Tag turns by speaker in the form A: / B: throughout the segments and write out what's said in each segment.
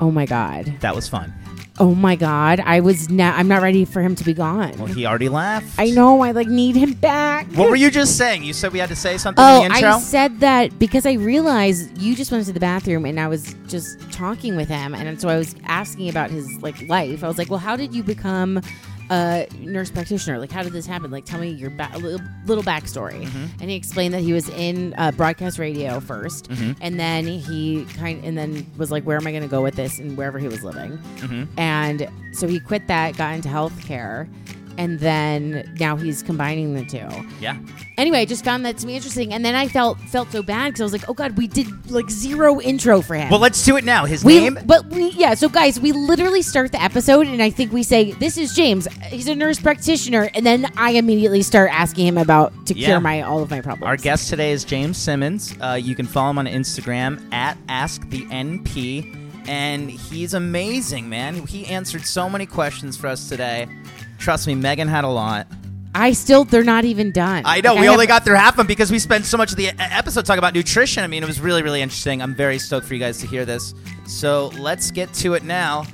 A: Oh my god.
B: That was fun.
A: Oh my god. I was not. I'm not ready for him to be gone.
B: Well, he already left.
A: I know. I like need him back.
B: What were you just saying? You said we had to say something
A: Oh,
B: in the intro?
A: I said that because I realized you just went to the bathroom and I was just talking with him, and so I was asking about his like life. I was like, "Well, how did you become a nurse practitioner? Like, how did this happen? Like, tell me your ba- little, little backstory."
B: Mm-hmm.
A: And he explained that he was in uh, broadcast radio 1st
B: Mm-hmm.
A: and then he kind and then was like, "Where am I going to go with this?" And wherever he was living,
B: Mm-hmm.
A: and so he quit that, got into healthcare. And then now he's combining the two
B: yeah.
A: anyway, I just found that to be interesting, and then I felt felt so bad because I was like, oh god, we did like zero intro for him.
B: Well, let's do it now. His
A: we,
B: name.
A: but we, yeah. So guys, we literally start the episode, and I think we say, "This is James. He's a nurse practitioner," and then I immediately start asking him about to
B: Yeah.
A: cure my all of my problems.
B: Our guest today is James Simmons. Uh, you can follow him on Instagram at AskTheNP. And he's amazing, man. He answered so many questions for us today. Trust me, Megan had a lot.
A: I still, they're not even done.
B: I know.
A: Like,
B: we
A: have-
B: only got through half of them because we spent so much of the e- episode talking about nutrition. I mean, it was really, really interesting. I'm very stoked for you guys to hear this. So let's get to it now.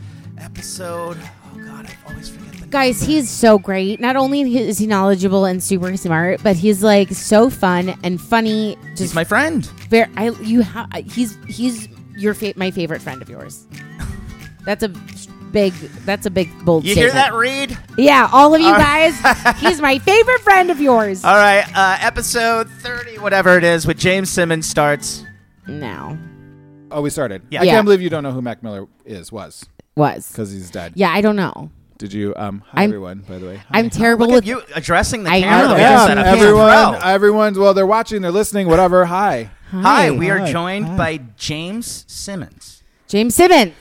B: Episode. Oh, God, I always forget the
A: Guys,
B: number.
A: he is so great. Not only is he knowledgeable and super smart, but he's like so fun and funny. Just
B: He's my friend.
A: Ver I you ha- he's he's your fa- my favorite friend of yours. That's a big that's a big bold.
B: You hear that,
A: statement.
B: Reed?
A: Yeah, all of you guys. he's my favorite friend of yours.
B: All right, uh, episode 30, whatever it is, with James Simmons starts.
A: no,
C: Oh, we started.
B: Yeah.
C: I
A: Yeah.
C: can't believe you don't know who Mac Miller is, was,
A: was
C: because he's dead.
A: yeah. I don't know.
C: Did you? Um, hi,
A: I'm-
C: everyone, by the way. Hi.
A: I'm terrible
B: Look
A: with
B: at you addressing the
A: I
B: camera.
A: know.
B: the way
C: yeah,
B: you said it.
C: everyone,
B: Bro.
C: everyone's, well, they're watching, they're listening, whatever. Hi.
B: Hi, we are
C: Hi.
B: joined
C: Hi.
B: by James Simmons.
A: James Simmons.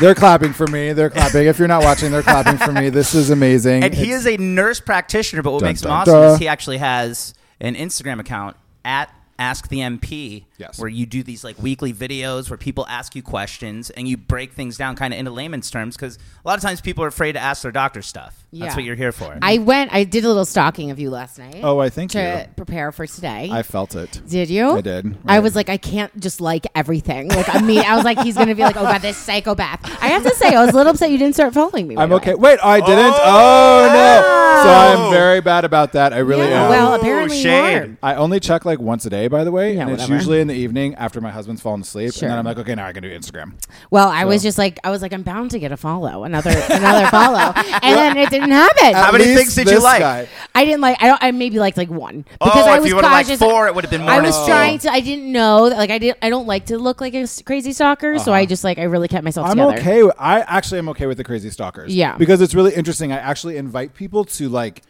C: They're clapping for me. They're clapping. if you're not watching, they're clapping for me. This is amazing.
B: And he
C: It's-
B: is a nurse practitioner, but what
C: Dun,
B: makes him
C: dun,
B: awesome
C: dun.
B: is he actually has an Instagram account at Ask the MP,
C: Yes.
B: where you do these like weekly videos where people ask you questions and you break things down kind of into layman's terms because a lot of times people are afraid to ask their doctor stuff.
A: Yeah.
B: That's what you're here for.
A: I went. I did a little stalking of you last night.
C: Oh, I thank
A: to
C: you.
A: prepare for today.
C: I felt it.
A: Did you?
C: I did.
A: I
C: Right.
A: was like, I can't just like everything. Like I mean, I was like, he's gonna be like, oh god, this psychopath. I have to say, I was a little upset you didn't start following me. right
C: I'm
A: away.
C: okay. Wait, I didn't.
B: Oh.
C: Oh, no. So I am very bad about that. I really
A: Yeah,
C: am.
A: Well,
B: Ooh,
A: apparently you
B: shade.
A: are.
C: I only check like once a day, by the way,
A: Yeah,
C: and it's
A: whatever.
C: usually in the evening after my husband's fallen asleep,
A: Sure.
C: and then I'm like, okay, now I can do Instagram.
A: Well, I was
C: So-
A: just like, I was like, I'm bound to get a follow, another another follow, and then it didn't happen.
B: How
C: At
B: many
C: least
B: things did you
C: this
B: like?
C: guy.
A: I didn't like. I don't. I maybe liked like one
B: oh,
A: because I
B: if
A: was
B: you would have liked
A: cautious.
B: four, it would have been more
A: I
B: than
A: was
B: two.
A: trying to. I didn't know. that- Like I didn't. I don't like to look like a s- crazy stalker, so I just like I really kept myself
C: Uh-huh. I'm
A: together.
C: okay. With, I actually am okay with the crazy stalkers.
A: Yeah.
C: because it's really interesting. I actually invite people to like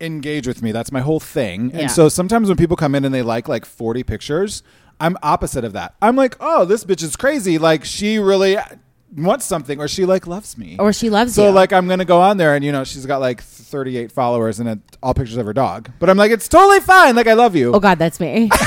C: engage with me. That's my whole thing.
A: Yeah.
C: And so sometimes when people come in and they like like 40 pictures, I'm opposite of that. I'm like, oh, this bitch is crazy. Like she really wants something, or she like loves me,
A: Or she loves
C: So
A: you.
C: like I'm gonna go on there and you know she's got like 38 followers and it, all pictures of her dog. But I'm like, it's totally fine. Like I love you.
A: Oh God, that's me.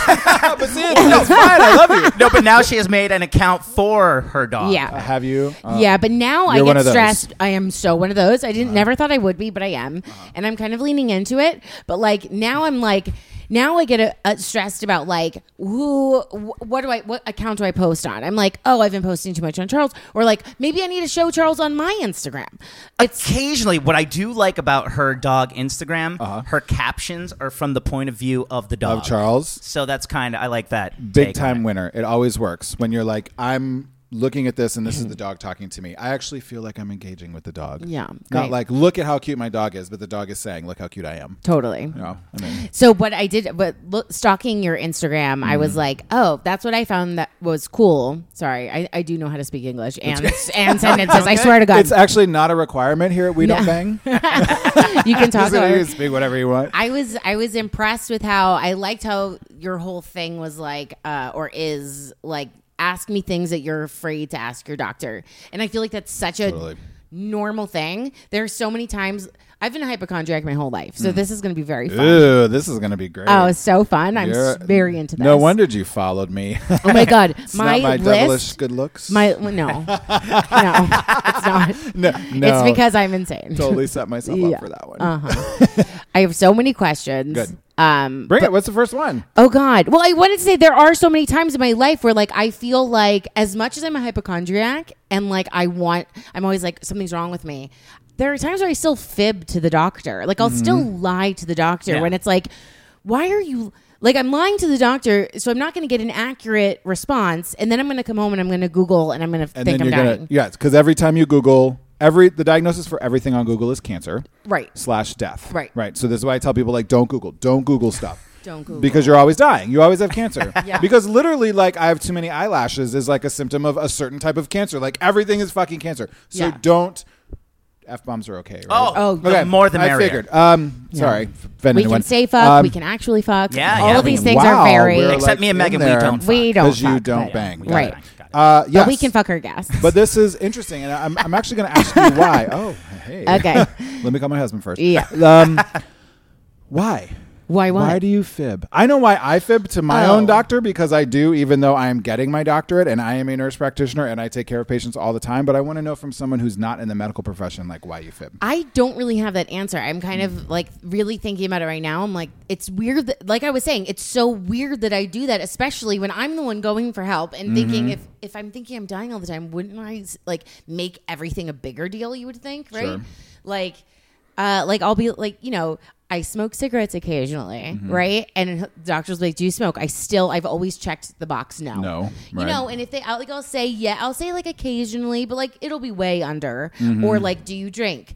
C: But see, it's, it's fine. I love you.
B: no, but now she has made an account for her dog.
C: I
A: yeah.
C: have you. Uh,
A: yeah, but now I
C: you're one
A: get
C: of those. Uh-huh.
A: stressed. I am so one of those. I didn't never thought I would be, but I am, and I'm kind of leaning into it. But like now, I'm like now I get uh uh stressed about like who, wh- what do I, what account do I post on? I'm like, oh, I've been posting too much on Charles, or like maybe I need to show Charles on my Instagram. It's
B: Occasionally, what I do like about her dog Instagram, her captions are from the point of view of the dog.
C: Uh-huh. Of Charles.
B: So that's kind of, I like that. take
C: big
B: on
C: time
B: it.
C: winner. It always works when you're like, I'm looking at this and this is the dog talking to me. I actually feel like I'm engaging with the dog.
A: Yeah, great.
C: Not like, look at how cute my dog is, but the dog is saying, look how cute I am.
A: totally.
C: You know, I mean,
A: So what I did, but look, stalking your Instagram, I was
C: Mm-hmm.
A: like, oh, that's what I found that was cool. Sorry, I, I do know how to speak English and and sentences. I swear to God,
C: it's actually not a requirement here at We Don't Bang. You
A: you can talk.
C: can
A: over-
C: speak whatever you want.
A: I was I was impressed with how I liked how your whole thing was like uh, or is like ask me things that you're afraid to ask your doctor. And I feel like that's such a
C: Totally.
A: normal thing. There's so many times I've been a hypochondriac my whole life,
C: Hmm.
A: so this is going to be very fun.
C: Ooh, this is gonna be great.
A: Oh, it's so fun! I'm
C: You're-
A: s very into this.
C: No wonder you followed me.
A: Oh my god,
C: it's
A: my,
C: not my devilish
A: list.
C: good looks.
A: My well, no, no, it's not.
C: no, no.
A: It's because I'm insane.
C: totally set myself
A: Yeah.
C: up for that one.
A: Uh huh. I have so many questions.
C: Good.
A: Um,
C: Bring it. What's the first one?
A: Oh God. Well, I wanted to say there are so many times in my life where like I feel like as much as I'm a hypochondriac and like I want I'm always like something's wrong with me. There are times where I still fib to the doctor. Like I'll still
C: Mm-hmm.
A: lie to the doctor
B: Yeah.
A: when it's like, why are you like I'm lying to the doctor, so I'm not going to get an accurate response, and then I'm going to come home and I'm going to Google and I'm going to
C: And
A: think
C: then
A: I'm
C: you're
A: dying.
C: gonna yeah, because every time you Google every the diagnosis for everything on Google is cancer
A: Right.
C: slash death.
A: Right.
C: Right. So this is why I tell people like don't Google, don't Google stuff.
A: Don't Google.
C: Because you're always dying. You always have cancer.
A: Yeah.
C: Because literally, like, I have too many eyelashes is like a symptom of a certain type of cancer. Like, everything is fucking cancer. So
A: Yeah.
C: don't. F bombs are okay, right?
B: Oh,
A: Oh,
B: the more the
C: I
B: merrier.
C: figured. Um, sorry. offend
A: we
C: anyone.
A: can say fuck.
C: Um,
A: we can actually fuck.
B: Yeah,
A: all
B: yeah,
A: of
B: we
A: these
B: can-
A: things
C: wow,
A: are very.
C: we're,
B: Except
C: like,
B: me and
C: in
B: Megan, we
C: there.
B: don't
A: we don't.
C: Because you
A: fuck,
C: don't
A: but-
C: bang. Got
A: Right.
C: it.
B: Got it.
C: Uh, yes.
A: But we can fuck our guests.
C: But this is interesting, and I'm, I'm actually going to ask you why. Oh, hey.
A: Okay.
C: Let me call my husband first.
A: Yeah.
C: Um, why?
A: Why what?
C: Why do you fib? I know why I fib to my
A: Oh.
C: own doctor because I do, even though I am getting my doctorate and I am a nurse practitioner and I take care of patients all the time. But I want to know from someone who's not in the medical profession, like why you fib.
A: I don't really have that answer. I'm kind
C: Mm.
A: of like really thinking about it right now. I'm like, it's weird. That, like I was saying, it's so weird that I do that, especially when I'm the one going for help and
C: Mm-hmm.
A: thinking if if I'm thinking I'm dying all the time, wouldn't I like make everything a bigger deal? You would think, right?
C: Sure.
A: Like, uh, like I'll be like, you know, I smoke cigarettes occasionally,
C: Mm-hmm.
A: right? And the doctors like, do you smoke? I still, I've always checked the box. No,
C: No,
A: You
C: right.
A: know, and if they I'll- like I'll say yeah, I'll say like occasionally, but like it'll be way under.
C: Mm-hmm.
A: Or like, do you drink?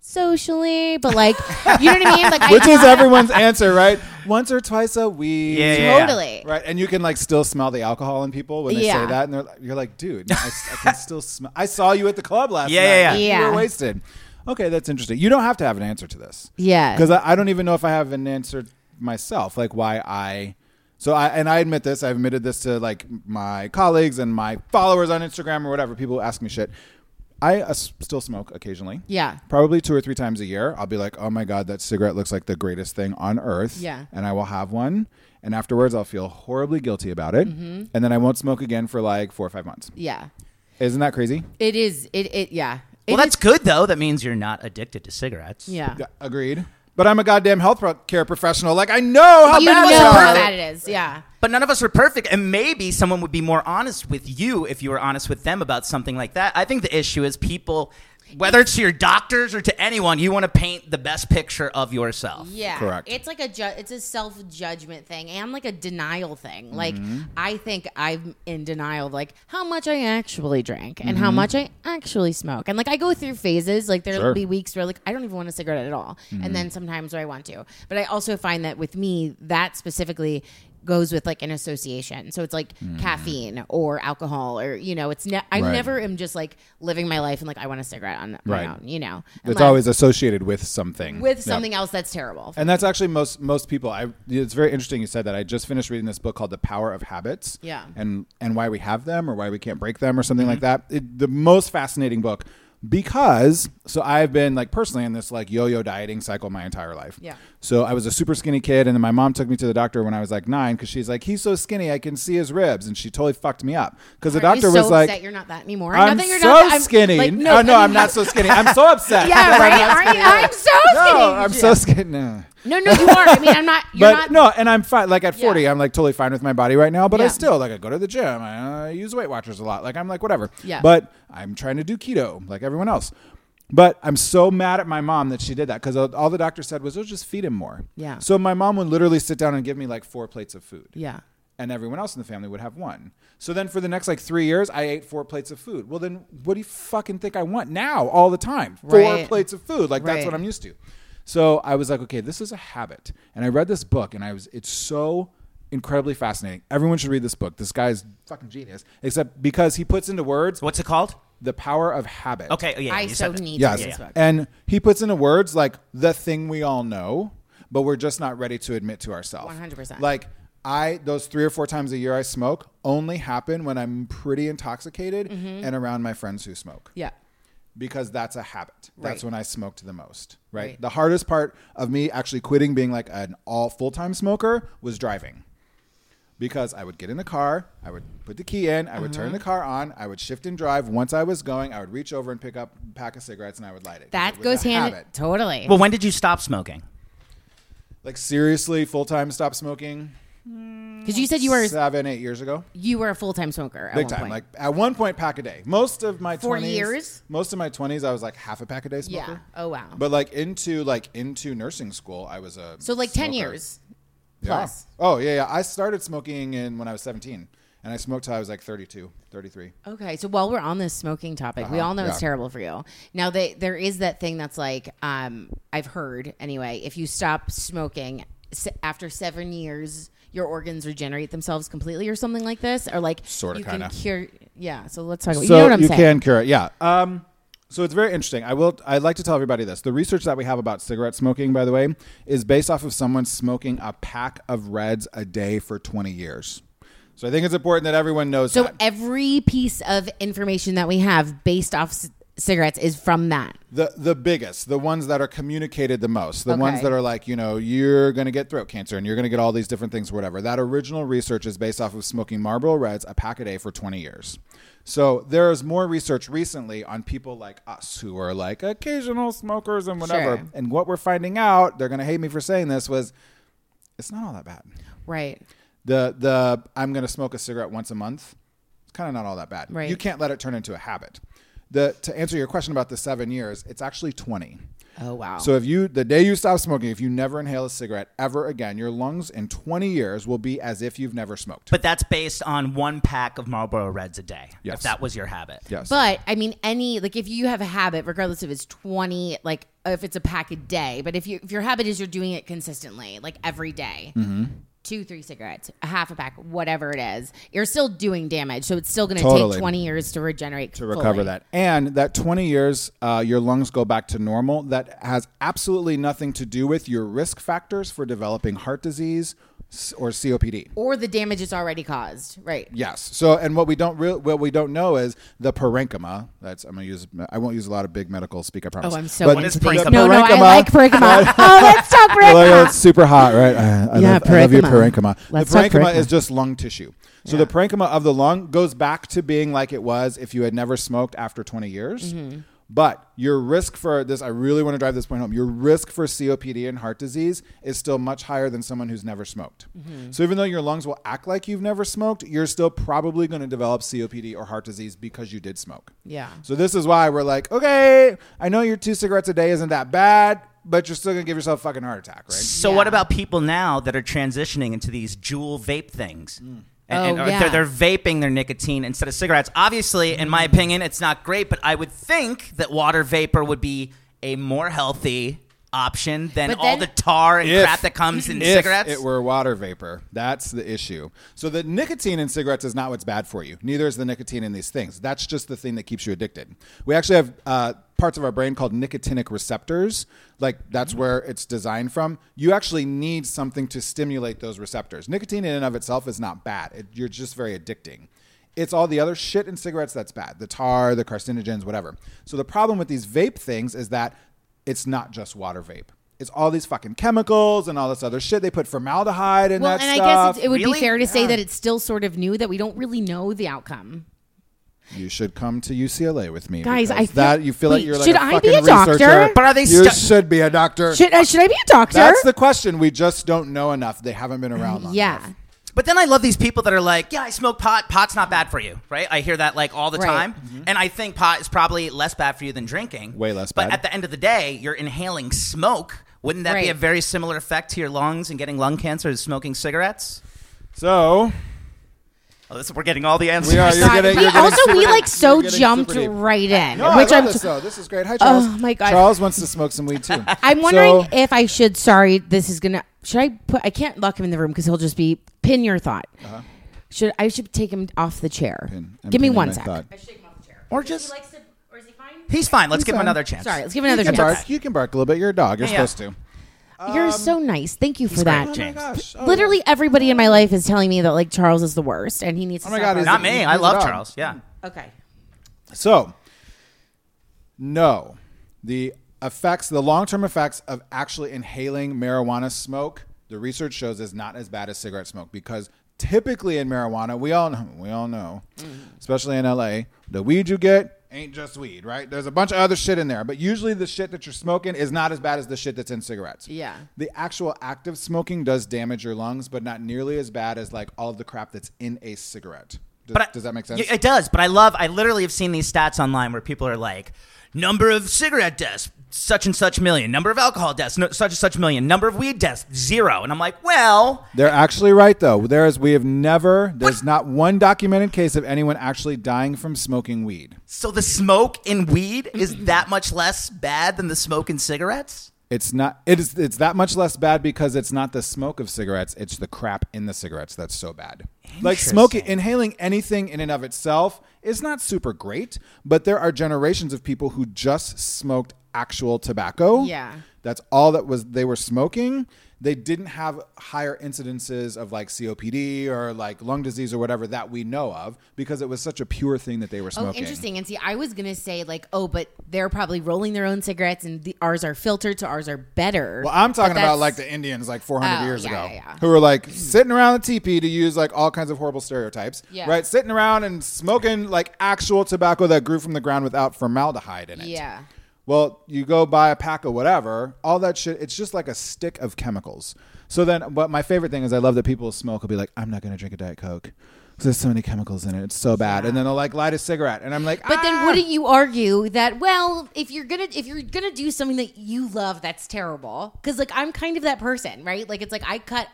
A: Socially, but like you know what I mean? Like
C: Which
A: I,
C: is everyone's answer, right? Once or twice a week.
B: Yeah, yeah, yeah.
A: totally.
C: Right, and you can like still smell the alcohol in people when they
A: Yeah.
C: say that, and they're like, you're like, dude, I, I can still smell. I saw you at the club last
B: Yeah,
C: night.
B: yeah,
A: yeah.
C: You
A: Yeah.
C: were wasted. Okay, that's interesting. You don't have to have an answer to this.
A: Yeah.
C: because I, I don't even know if I have an answer myself, like why I. So I and I admit this. I've admitted this to like my colleagues and my followers on Instagram or whatever. People who ask me shit. I uh, s- still smoke occasionally.
A: Yeah.
C: Probably two or three times a year, I'll be like, "Oh my god, that cigarette looks like the greatest thing on earth."
A: Yeah.
C: and I will have one, and afterwards I'll feel horribly guilty about it,
A: Mm-hmm.
C: and then I won't smoke again for like four or five months.
A: Yeah.
C: Isn't that crazy?
A: It is it it yeah. It
B: Well, that's good though. That means you're not addicted to cigarettes.
A: is- yeah.
C: Yeah, agreed. But I'm a goddamn health pro- care professional. Like I know how
A: you know
C: bad they are.
A: how bad it is. Yeah.
B: But none of us are perfect, and maybe someone would be more honest with you if you were honest with them about something like that. I think the issue is people, whether it's to your doctors or to anyone, you want to paint the best picture of yourself.
A: Yeah,
C: Correct.
A: It's like a ju- it's a self judgment thing and like a denial thing. Like
C: Mm-hmm.
A: I think I'm in denial of like how much I actually drink and how much I actually smoke. And like I go through phases. Like there'll
C: Mm-hmm. Sure. Mm-hmm.
A: be weeks where like I don't even want a cigarette at all, and then sometimes where I want to. But I also find that with me, that specifically goes with like an association. So it's like caffeine or alcohol or you know, it's ne- I
C: Mm-hmm. Right.
A: never am just like living my life and like I want a cigarette on my
C: Right.
A: own. You know,
C: It's
A: Unless-
C: always associated with something.
A: with
C: Yeah.
A: something else that's terrible.
C: And that's actually most most people. I it's very interesting you said that. I just finished reading this book called The Power of Habits.
A: Yeah.
C: And and why we have them or why we can't break them or something like that.
A: Mm-hmm.
C: It, the most fascinating book because so I've been like personally in this like yo-yo dieting cycle my entire life.
A: Yeah.
C: So I was a super skinny kid and then my mom took me to the doctor when I was like 9 cuz she's like he's so skinny I can see his ribs and she totally fucked me up cuz the
A: Aren't
C: doctor
A: you
C: was
A: so
C: like
A: upset you're not that anymore. Not
C: I'm
A: that you're
C: so
A: not that- I'm-
C: skinny.
A: like,
C: no, no,
A: I
C: I'm
A: mean,
C: not so skinny. I'm so upset.
A: Yeah,
C: because I'm
A: right.
C: not
A: Aren't you- I'm so skinny.
C: no, Oh, I'm so skinny. No.
A: No, no, you are. I mean, I'm not. You're not.
C: But no, and I'm fine. Like at 40,
A: Yeah.
C: I'm like totally fine with my body right now. But I
A: Yeah.
C: still like I go to the gym. I uh, use Weight Watchers a lot. Like I'm like whatever.
A: Yeah.
C: But I'm trying to do keto like everyone else. But I'm so mad at my mom that she did that because all the doctor said was, "Oh, just feed him more."
A: Yeah.
C: So my mom would literally sit down and give me like four plates of food
A: Yeah.
C: and everyone else in the family would have one. So then for the next like three years, I ate four plates of food. Well, then what do you fucking think I want now all the time? Four
A: Right.
C: plates of food. Like that's
A: Right.
C: what I'm used to. So I was like, okay, this is a habit. And I read this book and I was, it's so incredibly fascinating. Everyone should read this book. This guy's fucking genius, except because he puts into words
B: What's it called?
C: the power of habit.
B: Okay. oh, Yeah.
A: I
B: you
A: so
B: said that.
A: need
C: Yes.
A: to read this book.
C: And he puts into words like the thing we all know, but we're just not ready to admit to ourselves.
A: 100%.
C: Like I those three or four times a year I
A: Mm-hmm.
C: smoke only happen when I'm pretty intoxicated and around my friends who smoke.
A: Yeah.
C: because that's a habit.
A: Right.
C: That's when I smoked the most, right?
A: Right.
C: The hardest part of me actually quitting being like an all full time smoker was driving. Because I would get in the car, I would put the key in, I would
A: Uh-huh.
C: turn the car on, I would shift and drive. Once I was going, I would reach over and pick up a pack of cigarettes and I would light it.
A: That
C: It was
A: goes
C: a
A: hand
C: habit.
A: totally.
B: Well, when did you stop smoking?
C: Like seriously, full time stop smoking
A: Because you said you were
C: seven, eight years ago.
A: you were a full time smoker at
C: Big
A: one
C: time.
A: point.
C: Like at one point, pack a day. Most of my
A: For
C: 20s,
A: years?
C: Most of my twenties, I was like half a pack a day
A: yeah.
C: smoker.
A: Oh wow.
C: But like into like into nursing school, I was a
A: so like ten
C: smoker.
A: years
C: Yeah.
A: plus.
C: Oh yeah, yeah. I started smoking in when I was seventeen, and I smoked till I was like 32, 33.
A: Okay, so while we're on this smoking topic, we
C: Uh-huh,
A: all know it's
C: yeah.
A: terrible for you. Now, they, there is that thing that's like um, I've heard anyway. If you stop smoking s- after seven years, your organs regenerate themselves completely, or something like this, or like
C: Sorta,
A: you can
C: kinda.
A: cure. Yeah, so let's talk about.
C: so
A: you know what I'm
C: you
A: saying?
C: can cure it. Yeah. Um, so it's very interesting. I will. I'd like to tell everybody this. The research that we have about cigarette smoking, by the way, is based off of someone smoking a pack of Reds a day for twenty years. So I think it's important that everyone knows
A: so
C: that.
A: every piece of information that we have based off c- cigarettes is from that.
C: The the biggest, the ones that are communicated the most, the ones
A: Okay.
C: that are like, you know, you're going to get throat cancer and you're going to get all these different things, whatever. That original research is based off of smoking Marlboro Reds a pack a day for 20 years. So there is more research recently on people like us who are like occasional smokers and whatever.
A: Sure.
C: And what we're finding out, they're going to hate me for saying this, was it's not all that bad.
A: Right.
C: The the I'm going to smoke a cigarette once a month. It's kind of not all that bad.
A: Right.
C: You can't let it turn into a habit. The, to answer your question about the seven years, it's actually 20.
A: Oh wow.
C: So if you the day you stop smoking, if you never inhale a cigarette ever again, your lungs in 20 years will be as if you've never smoked.
B: But that's based on one pack of Marlboro Reds a day. If
C: Yes.
B: that was your habit.
C: yes.
A: But I mean, any like if you have a habit, regardless if it's twenty, like if it's a pack a day, but if you if your habit is you're doing it consistently, like every day,
C: Mm-hmm.
A: two, three cigarettes, a half a pack, whatever it is, you're still doing damage. So it's still going to
C: Totally.
A: take twenty years to regenerate
C: to recover that. And that 20 years, uh, your lungs go back to normal. That has absolutely nothing to do with your risk factors for developing heart disease s- or COPD.
A: or the damage it's already caused. Right.
C: Yes. So, and what we don't real, what we don't know is the parenchyma. That's I'm gonna use. I won't use a lot of big medical speak. I promise.
A: Oh, I'm so
C: But
A: into
B: is
A: these.
B: parenchyma?
A: No, no, I
C: Parenchyma-
A: like parenchyma. oh, let's talk
C: I like how
A: parenchyma.
C: it's super hot, right? I, I
A: Yeah,
C: love, I love your
A: parenchyma.
C: parenchyma.
A: Let's
C: the
A: talk
C: parenchyma,
A: parenchyma.
C: is just lung tissue. So the parenchyma of the lung goes back to being like it was if you had never smoked after 20 years.
A: Mm-hmm.
C: But your risk for this, I really want to drive this point home. Your risk for COPD and heart disease is still much higher than someone who's never smoked.
A: Mm-hmm.
C: So even though your lungs will act like you've never smoked, you're still probably going to develop COPD or heart disease because you did smoke.
A: Yeah.
C: So this is why we're like, okay, I know your two cigarettes a day isn't that bad, but you're still gonna give yourself a fucking heart attack, right?
B: So
A: Yeah.
B: what about people now that are transitioning into these jewel vape things?
C: Mm.
B: And,
A: Oh,
B: and
A: yeah.
B: they're, they're vaping their nicotine instead of cigarettes. Obviously, in
C: Mm.
B: my opinion, it's not great, but I would think that water vapor would be a more healthy option than
A: But
B: all the
A: then-
B: tar and
C: If-
B: crap that comes in
C: If
B: cigarettes.
C: it were water vapor, that's the issue. So the nicotine in cigarettes is not what's bad for you. Neither is the nicotine in these things. That's just the thing that keeps you addicted. We actually have uh, parts of our brain called nicotinic receptors. Like that's where it's designed from. You actually need something to stimulate those receptors. Nicotine in and of itself is not bad. It, you're just very addicting. It's all the other shit in cigarettes that's bad. The tar, the carcinogens, whatever. So the problem with these vape things is that it's not just water vape. It's all these fucking chemicals and all this other shit. They put formaldehyde in
A: Well,
C: that
A: and
C: stuff.
A: I guess it's, it would
B: Really?
A: be fair to say
B: Yeah.
A: that it's still sort of new that we don't really know the outcome.
C: you should come to UCLA with me,
A: Guys,
C: because
A: I feel-
C: that you feel like
A: wait,
C: you're like
A: should
C: a
A: I
C: fucking
A: be a doctor?
C: researcher.
B: But are they
C: You
B: stu-
C: should be a doctor.
A: Should, uh, should I be a doctor?
C: That's the question. We just don't know enough. They haven't been around. Long
A: yeah.
C: enough.
B: But then I love these people that are like, yeah, I smoke pot. Pot's not bad for you, right? I hear that like all the
A: Right. Mm-hmm.
B: time. And I think pot is probably less bad for you than drinking.
C: Way less
B: But
C: bad.
B: at the end of the day, you're inhaling smoke. Wouldn't that be
A: Right.
B: a very similar effect to your lungs and getting lung cancer as smoking cigarettes?
C: So
B: Oh, this, we're getting all the answers.
C: we are. You're
A: God,
C: getting,
A: we
C: you're getting
A: also
C: super
A: we
C: deep.
A: like so
C: You're getting
A: jumped
C: super deep.
A: right in,
C: No,
A: which
C: I love
A: I'm Oh
C: this though. This is great. Hi, Charles.
A: my God.
C: Charles wants to smoke some weed too.
A: I'm wondering
C: So-
A: if I should. Sorry, this is gonna. Should I put? I can't lock him in the room because he'll just be pin your thought. Should I should take him off the chair?
C: Uh-huh. Pin- I'm
A: Give me
C: pinning
A: one
C: my
A: sec.
C: thought.
A: I should take him off the chair.
B: Or Is he just-
A: likes to, or is he fine?
B: He's fine. Let's give him
C: fine.
B: another chance.
A: Sorry, let's give him another
C: You can
A: chance.
C: bark. You can bark a little bit. You're a dog. You're
B: Yeah, yeah.
C: supposed to.
A: You're so nice. Thank you for that.
B: great, James.
C: gosh. Oh,
A: Literally everybody in my life is telling me that like Charles is the worst and he needs. to
C: Oh my
A: stop
C: God,
A: us.
C: he's
B: Not
C: He's
B: me.
C: a
B: I love
C: dog.
B: Charles. Yeah.
A: okay.
C: So No. The effects, the long term effects of actually inhaling marijuana smoke, the research shows is not as bad as cigarette smoke because typically in marijuana, we all know, we all know,
B: Mm.
C: especially in LA, the weed you get ain't just weed, right? There's a bunch of other shit in there, but usually the shit that you're smoking is not as bad as the shit that's in cigarettes.
A: Yeah.
C: The actual act of smoking does damage your lungs, but not nearly as bad as like all of the crap that's in a cigarette. Does,
B: But I-
C: does that make sense?
B: Yeah, It does. But I love. I literally have seen these stats online where people are like, number of cigarette deaths, such and such million. Number of alcohol deaths, no, such and such million. Number of weed deaths, zero. And I'm like, well,
C: They're actually right though. There is we have never there's not one documented case of anyone actually dying from smoking weed.
B: so the smoke in weed is that much less bad than the smoke in cigarettes.
C: It's not it is it's that much less bad because it's not the smoke of cigarettes, it's the crap in the cigarettes that's so bad. Like smoking
B: Interesting.
C: inhaling anything in and of itself is not super great, but there are generations of people who just smoked actual tobacco.
A: Yeah.
C: That's all that was they were smoking. They didn't have higher incidences of like COPD or like lung disease or whatever that we know of because it was such a pure thing that they were
A: Oh,
C: smoking.
A: interesting. And see, I was gonna say like, oh, but they're probably rolling their own cigarettes, and the, ours are filtered, so ours are better.
C: Well, I'm talking
A: But
C: about
A: that's-
C: like the Indians like 400
A: Oh,
C: years
A: yeah, yeah,
C: ago
A: yeah.
C: who were like sitting around the teepee to use like all kinds of horrible stereotypes,
A: Yeah.
C: right? Sitting around and smoking like actual tobacco that grew from the ground without formaldehyde in it.
A: Yeah.
C: Well, you go buy a pack of whatever, all that shit, it's just like a stick of chemicals. So then, but my favorite thing is I love that people who smoke will be like, I'm not going to drink a Diet Coke. 'cause There's so many chemicals in it. It's so bad. And then they'll like light a cigarette. And I'm like,
A: But
C: "Ah!"
A: then, wouldn't you argue that well, if you're gonna if you're gonna do something that you love, that's terrible? Because like I'm kind of that person, right? Like it's like I cut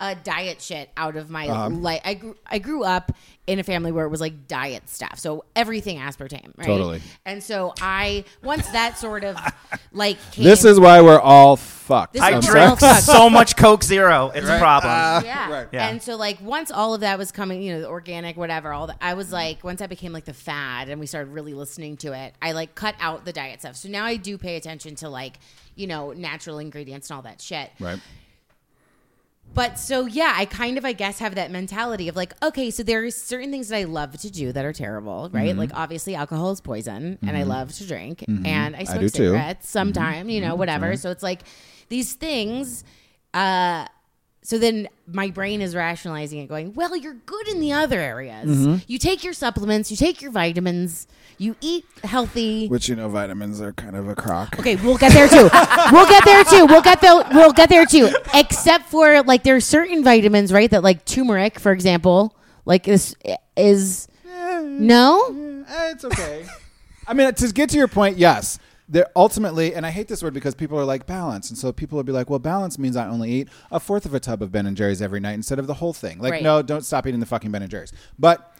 A: uh, diet shit out of my
C: Uh-huh.
A: life. I grew, I grew up in a family where it was like diet stuff, so everything aspartame, right?
C: Totally.
A: And so I once that sort of like came,
C: "Ah, This is why we're all fucked.
A: This is
B: I
A: I'm
C: I'm
A: why
C: sorry.
A: we're all
B: drank
A: fucked.
B: so much Coke Zero. It's a problem.
C: Uh,
A: yeah.
C: Right.
B: Yeah.
A: And so like once all of that was coming, you know, the organic, whatever, all that I was like, once I became like the fad and we started really listening to it, I like cut out the diet stuff. So now I do pay attention to like, you know, natural ingredients and all that shit.
C: Right.
A: But so yeah, I kind of I guess have that mentality of like, okay, so there are certain things that I love to do that are terrible, right?
C: Mm-hmm.
A: Like obviously alcohol is poison and I love to drink and I smoke
C: do too. Mm-hmm.
A: cigarettes sometime, you know, whatever. So it's like these things uh so then my brain is rationalizing it going, well, you're good in the other areas.
C: Mm-hmm.
A: You take your supplements, you take your vitamins, you eat healthy.
C: Which, you know, vitamins are kind of a crock.
A: Okay, we'll get there too. we'll get there too. We'll get there. We'll get there too. Except for like there are certain vitamins, right? That like turmeric, for example, like this is no.
C: Eh, it's okay. I mean, to get to your point, yes. There ultimately, and I hate this word because people are like balance, and so people will be like, "Well, balance means I only eat a fourth of a tub of Ben and Jerry's every night instead of the whole thing." Like,
A: Right.
C: no, don't stop eating the fucking Ben and Jerry's. But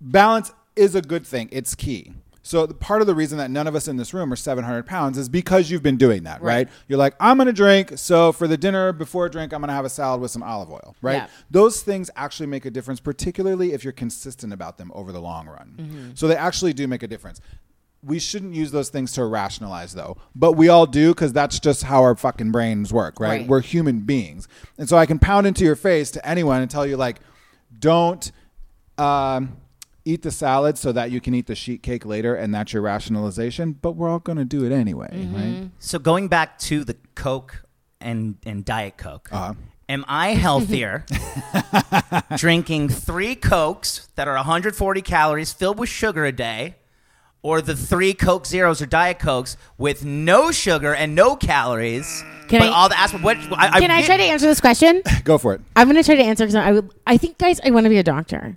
C: balance is a good thing; it's key. So the, part of the reason that none of us in this room are 700 pounds is because you've been doing that, right?
A: Right.
C: You're like, "I'm going to drink," so for the dinner before a drink, I'm going to have a salad with some olive oil, right?
A: Yeah.
C: those things actually make a difference, particularly if you're consistent about them over the long run.
A: Mm-hmm.
C: So they actually do make a difference. We shouldn't use those things to rationalize, though, but we all do because that's just how our fucking brains work, right?
A: Right.
C: We're human beings. And so I can pound into your face to anyone and tell you, like, don't um, eat the salad so that you can eat the sheet cake later, and that's your rationalization, but we're all going to do it anyway, right?
A: Mm-hmm.
B: So going back to the Coke and and Diet Coke,
C: Uh-huh.
B: am I healthier drinking three Cokes that are 140 calories filled with sugar a day, or the three Coke Zeros or Diet Cokes with no sugar and no calories?
A: Can
B: but
A: I-
B: all the aspartame. What, I,
A: Can I try to answer this question?
C: Go for it.
A: I'm going to try to answer because I would. I think, guys, I want to be a doctor.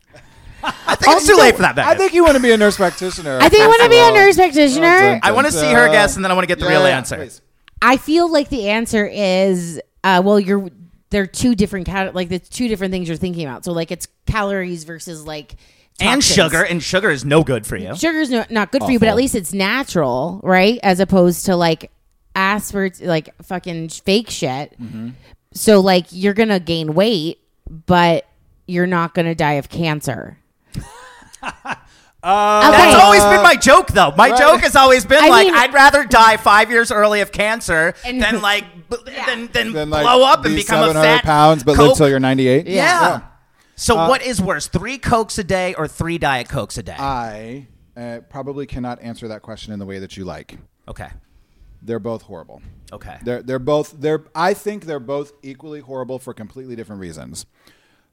B: I think it's too late for that.
C: I
B: Megan.
C: think you want to be a nurse practitioner.
A: I think I want to be a nurse
C: Dun,
A: practitioner.
C: dun,
B: I want to see her guess, and then I want to get the
C: Yeah,
B: real
C: uh, yeah,
B: answer.
C: please.
A: I feel like the answer is uh, well, you're they're two different cat like the two different things you're thinking about. So like it's calories versus like
B: And
A: toxins.
B: sugar, and sugar is no good for you.
A: sugar's no, not good for you, but at
C: Awful.
A: least it's natural, right? As opposed to like aspart, like fucking sh- fake shit.
C: Mm-hmm.
A: So like you're gonna gain weight, but you're not gonna die of cancer.
C: Uh,
A: okay.
B: That's
C: Oh.
B: always been my joke, though. My joke has always been
A: I
B: like,
A: mean-
B: I'd rather die five years early of cancer
A: And-
B: than like b- than, than,
C: Then like
B: blow up and
C: be
B: become a
C: 700
B: fat
C: pounds, but live
B: Coke.
C: till you're Uh, 98.
B: yeah. So what is worse, three cokes a day or three diet cokes a day?
C: uh, I uh, probably cannot answer that question in the way that you like.
B: Okay.
C: They're both horrible.
B: Okay.
C: They're they're both they're I think they're both equally horrible for completely different reasons.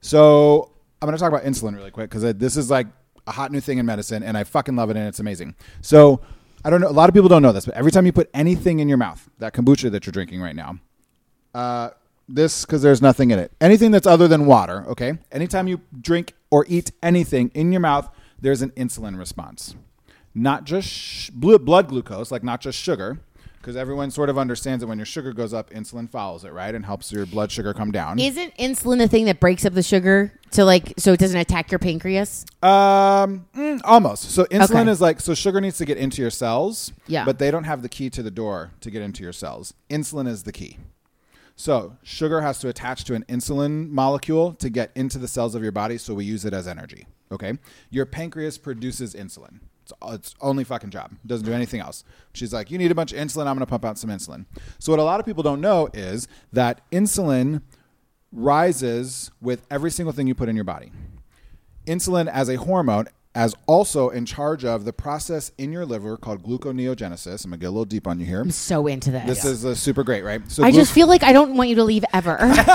C: So I'm going to talk about insulin really quick because this is like a hot new thing in medicine, and I fucking love it, and it's amazing. So I don't know. A lot of people don't know this, but every time you put anything in your mouth, that kombucha that you're drinking right now, uh, this because there's nothing in it. Anything that's other than water, okay? Anytime you drink or eat anything in your mouth, there's an insulin response. Not just sh- blu- blood glucose, like not just sugar, because everyone sort of understands that when your sugar goes up, insulin follows it, right? And helps your blood sugar come down.
A: Isn't insulin the thing that breaks up the sugar to like so it doesn't attack your pancreas?
C: Um, mm, almost. So insulin
A: Okay.
C: is like so sugar needs to get into your cells.
A: Yeah.
C: But they don't have the key to the door to get into your cells. Insulin is the key. So sugar has to attach to an insulin molecule to get into the cells of your body. So we use it as energy. Okay. Your pancreas produces insulin. It's its only fucking job. It doesn't do anything else. She's like, you need a bunch of insulin. I'm going to pump out some insulin. So what a lot of people don't know is that insulin rises with every single thing you put in your body insulin as a hormone as also in charge of the process in your liver called gluconeogenesis. I'm gonna get a little deep on you here.
A: I'm so into this.
C: This is uh, super great, right? So
A: I
C: glu-
A: just feel like I don't want you to leave ever. like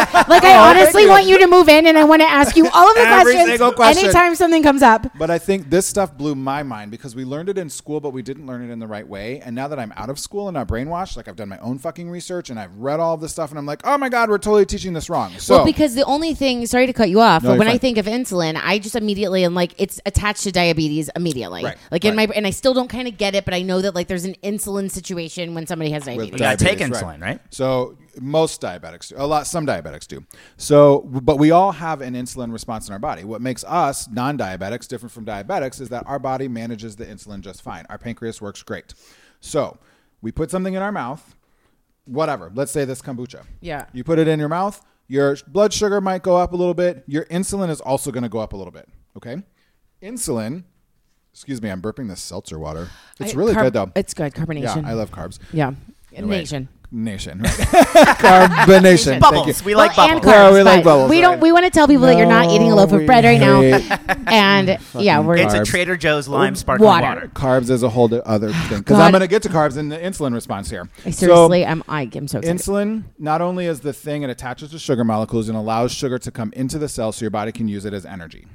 A: I honestly
C: you.
A: want you to move in, and I want to ask you all of the
C: Oh, Every
A: questions
C: single question.
A: anytime something comes up.
C: but I think this stuff blew my mind because we learned it in school, but we didn't learn it in the right way. And now that I'm out of school and not brainwashed, like I've done my own fucking research and I've read all this stuff, and I'm like, oh my god, we're totally teaching this wrong. So
A: well, because the only thing, sorry to cut you off,
C: No,
A: but
C: you're
A: when I
C: fine.
A: think of insulin, I just immediately am like, it's attached to diabetes immediately.
C: Right,
A: Like in my,
C: right.
A: and I still don't kind of get it, but I know that like there's an insulin situation when somebody has diabetes.
C: with
B: gotta take
C: diabetes,
B: insulin, right?
C: So most diabetics, do. a lot, some diabetics do. So, but we all have an insulin response in our body. What makes us non-diabetics different from diabetics is that our body manages the insulin just fine. Our pancreas works great. So we put something in our mouth, whatever. Let's say this kombucha.
A: Yeah.
C: You put it in your mouth. Your blood sugar might go up a little bit. Your insulin is also going to go up a little bit. Okay. Insulin. Excuse me, I'm burping this seltzer water. It's
A: I-
C: really
A: carb-
C: good though.
A: It's good
C: yeah,
A: carbonation.
C: I love carbs.
A: Yeah,
C: Wait.
A: nation.
C: Nation. Right. Carbonation. Thank you.
B: Bubbles. We like
A: Well,
B: bubbles.
A: and carbs,
C: Yeah, we like
A: but
C: bubbles,
A: We don't.
C: right.
A: We want to tell people that you're not
C: No,
A: eating a loaf of
C: we
A: bread right now,
C: hate
A: and yeah, we're
B: It's a
C: Carbs.
B: Trader Joe's lime sparkling
A: Oh, water.
B: water.
C: Carbs is a whole di- other thing. Because
A: God.
C: I'm going to get to carbs and the insulin response here.
A: I seriously, I'm I am so
C: So,
A: excited.
C: insulin not only is the thing it attaches to sugar molecules and allows sugar to come into the cell so your body can use it as energy.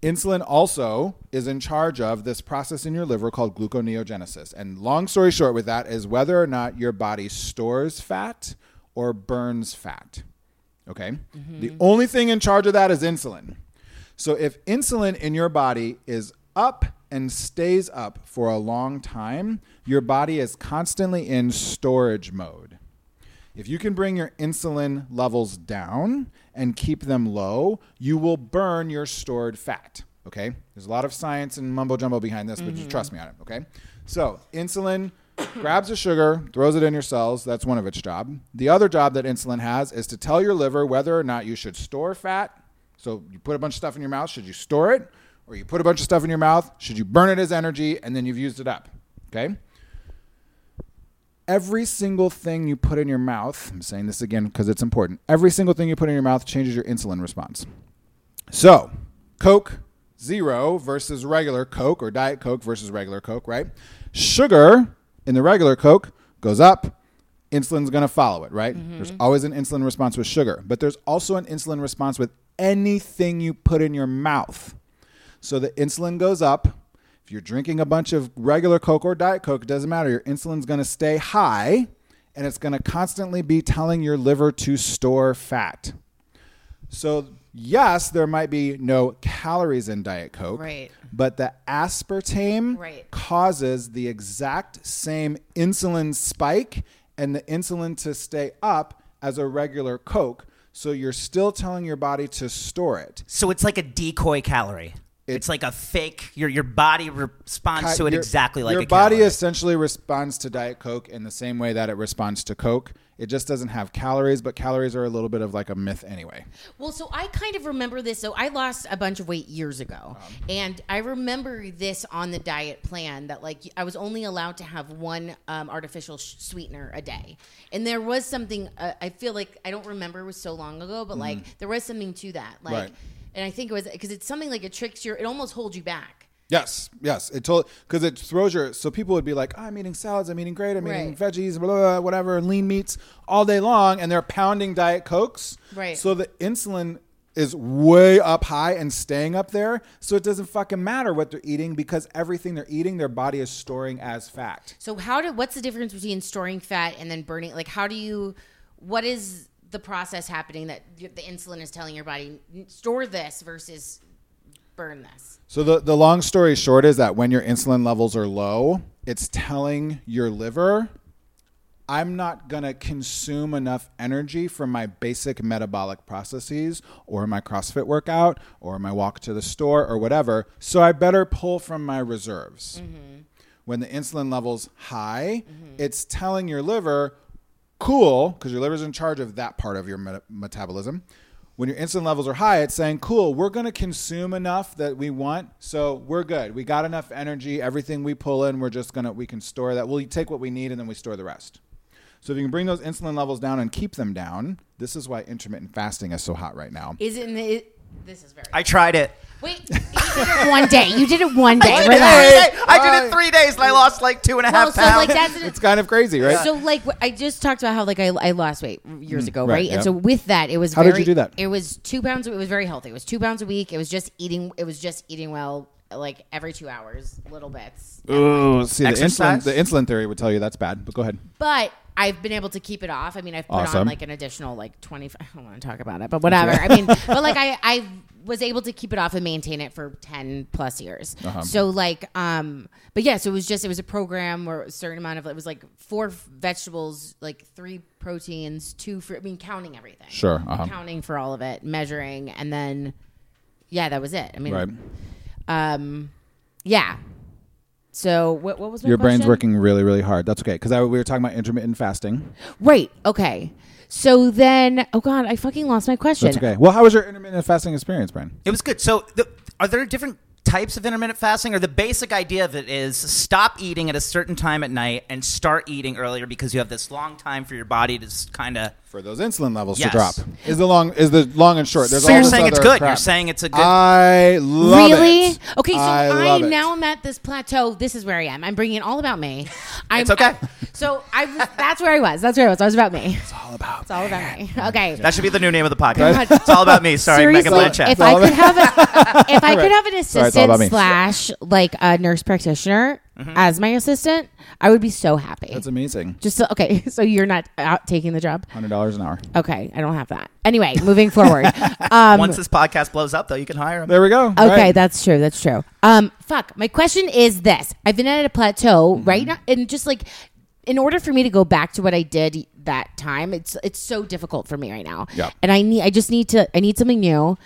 C: Insulin also is in charge of this process in your liver called gluconeogenesis. And long story short with that is whether or not your body stores fat or burns fat. Okay? The only thing in charge of that is insulin. So if insulin in your body is up and stays up for a long time, your body is constantly in storage mode. If you can bring your insulin levels down and keep them low, you will burn your stored fat. Okay? There's a lot of science and mumbo jumbo behind this, but just trust me on it. Okay? So, insulin grabs the sugar, throws it in your cells. That's one of its job. The other job that insulin has is to tell your liver whether or not you should store fat. So, you put a bunch of stuff in your mouth, should you store it? Or you put a bunch of stuff in your mouth, should you burn it as energy and then you've used it up? Okay? every single thing you put in your mouth, I'm saying this again because it's important. Every single thing you put in your mouth changes your insulin response. So, Coke Zero versus regular Coke or Diet Coke versus regular Coke, right? Sugar in the regular Coke goes up. Insulin's going to follow it, right? There's always an insulin response with sugar, but there's also an insulin response with anything you put in your mouth. So the insulin goes up. If you're drinking a bunch of regular Coke or Diet Coke, it doesn't matter. Your insulin's going to stay high and it's going to constantly be telling your liver to store fat. So, yes, there might be no calories in Diet Coke,
A: Right.
C: but the aspartame
A: Right.
C: causes the exact same insulin spike and the insulin to stay up as a regular Coke. So, you're still telling your body to store it.
B: So it's like a decoy calorie. it's like a fake. Your your body responds to it
C: your-
B: exactly like
C: your
B: a
C: body
B: calorie.
C: essentially responds to diet coke in the same way that it responds to coke it just doesn't have calories but calories are a little bit of like a myth anyway
A: Well, so I kind of remember this. So I lost a bunch of weight years ago, and I remember this on the diet plan that like I was only allowed to have one um, artificial sh- sweetener a day, and there was something uh, I feel like I don't remember it was so long ago, but like there was something to that, like,
C: Right.
A: and I think it was because it's something like it tricks your, it almost holds you back.
C: Yes, yes. It told because it throws your so people would be like, I'm eating salads, I'm eating great, I'm eating
A: Right.
C: veggies, blah, blah, blah, whatever, and lean meats all day long, and they're pounding diet cokes.
A: Right.
C: So the insulin is way up high and staying up there, so it doesn't fucking matter what they're eating because everything they're eating, their body is storing as fat.
A: So how do what's the difference between storing fat and then burning? Like how do you what is the process happening that y- the insulin is telling your body store this versus burn this?
C: So the, the long story short is that when your insulin levels are low, it's telling your liver, I'm not gonna consume enough energy from my basic metabolic processes or my CrossFit workout or my walk to the store or whatever. So I better pull from my reserves. When the insulin level's high,
A: Mm-hmm.
C: it's telling your liver, cool, because your liver's in charge of that part of your meta- metabolism. When your insulin levels are high, it's saying, cool, we're going to consume enough that we want. So we're good. We got enough energy. Everything we pull in, we're just going to, we can store that. We'll take what we need and then we store the rest. So if you can bring those insulin levels down and keep them down, this is why intermittent fasting is so hot right now.
A: Is it in the it, this is very
B: I tried it.
A: Wait, you did it one day. You did it one day.
B: I did
A: Relax.
B: it three days. I did
C: Why?
B: it three days, and I lost like two and a
A: Well,
B: half
A: so like
B: pounds.
A: that's an,
C: It's kind of crazy, right?
A: So like wh- I just talked about how like I, I lost weight years ago,
C: right,
A: right? And
C: yeah.
A: so with that, it was
C: How did
A: very,
C: you do that?
A: It was two pounds. It was very healthy. It was two pounds a week. It was just eating. It was just eating well, like every two hours, little bits.
C: Ooh, see, the insulin,
B: Exercise?
C: the insulin theory would tell you that's bad, but go ahead.
A: But I've been able to keep it off. I mean, I've put on
C: Awesome.
A: like an additional like twenty. I don't want to talk about it, but whatever. I mean, but like I I was able to keep it off and maintain it for ten plus years.
C: Uh-huh.
A: So like um, but yes, it was just it was a program where a certain amount of it was like four vegetables, like three proteins, two fruit. I mean, counting everything.
C: Sure, uh-huh.
A: Counting for all of it, measuring, and then yeah, that was it. I mean,
C: Right.
A: um, yeah. So what what was my
C: Your brain's
A: question?
C: working really, really hard. That's okay. Because we were talking about intermittent fasting.
A: Right. Okay. So then, oh god, I fucking lost my question.
C: That's okay. Well, how was your intermittent fasting experience, Brian?
B: It was good. So, the, are there different types of intermittent fasting, or the basic idea of it is stop eating at a certain time at night and start eating earlier because you have this long time for your body to kind of.
C: For those insulin levels
B: Yes.
C: to drop is the long is the long and short. There's
B: So
C: all
B: you're
C: this
B: saying it's
C: other
B: good.
C: crap. Um,
B: You're saying it's a good.
C: I love
A: really?
C: it.
A: Okay, so
C: I
A: I,
C: love it.
A: now am at this plateau. This is where I am. I'm bringing it all about me. I'm,
B: It's okay.
A: so I was- that's where I was. That's where I was. I was about me. It's
C: all about
A: all about me. Okay.
B: that should be the new name of the podcast. it's all about me. Sorry,
A: Seriously,
B: Megan Blanchett.
A: if I could have a, if I could have an
C: Sorry, it's
A: assistant
C: all about me. Mm-hmm.
A: slash like a nurse practitioner as my assistant, I would be so happy.
C: That's amazing.
A: Just so, okay, so you're not out taking the job.
C: Hundred dollars an hour.
A: Okay, I don't have that. Anyway, moving forward. Um,
B: Once this podcast blows up, though, you can hire him.
C: There we go.
A: Okay,
C: Right.
A: that's true. That's true. Um, fuck. My question is this: I've been at a plateau
C: Mm-hmm.
A: right now, and just like, in order for me to go back to what I did that time, it's it's so difficult for me right now.
C: Yeah. Mm-hmm.
A: And I need, I just need to, I need something new.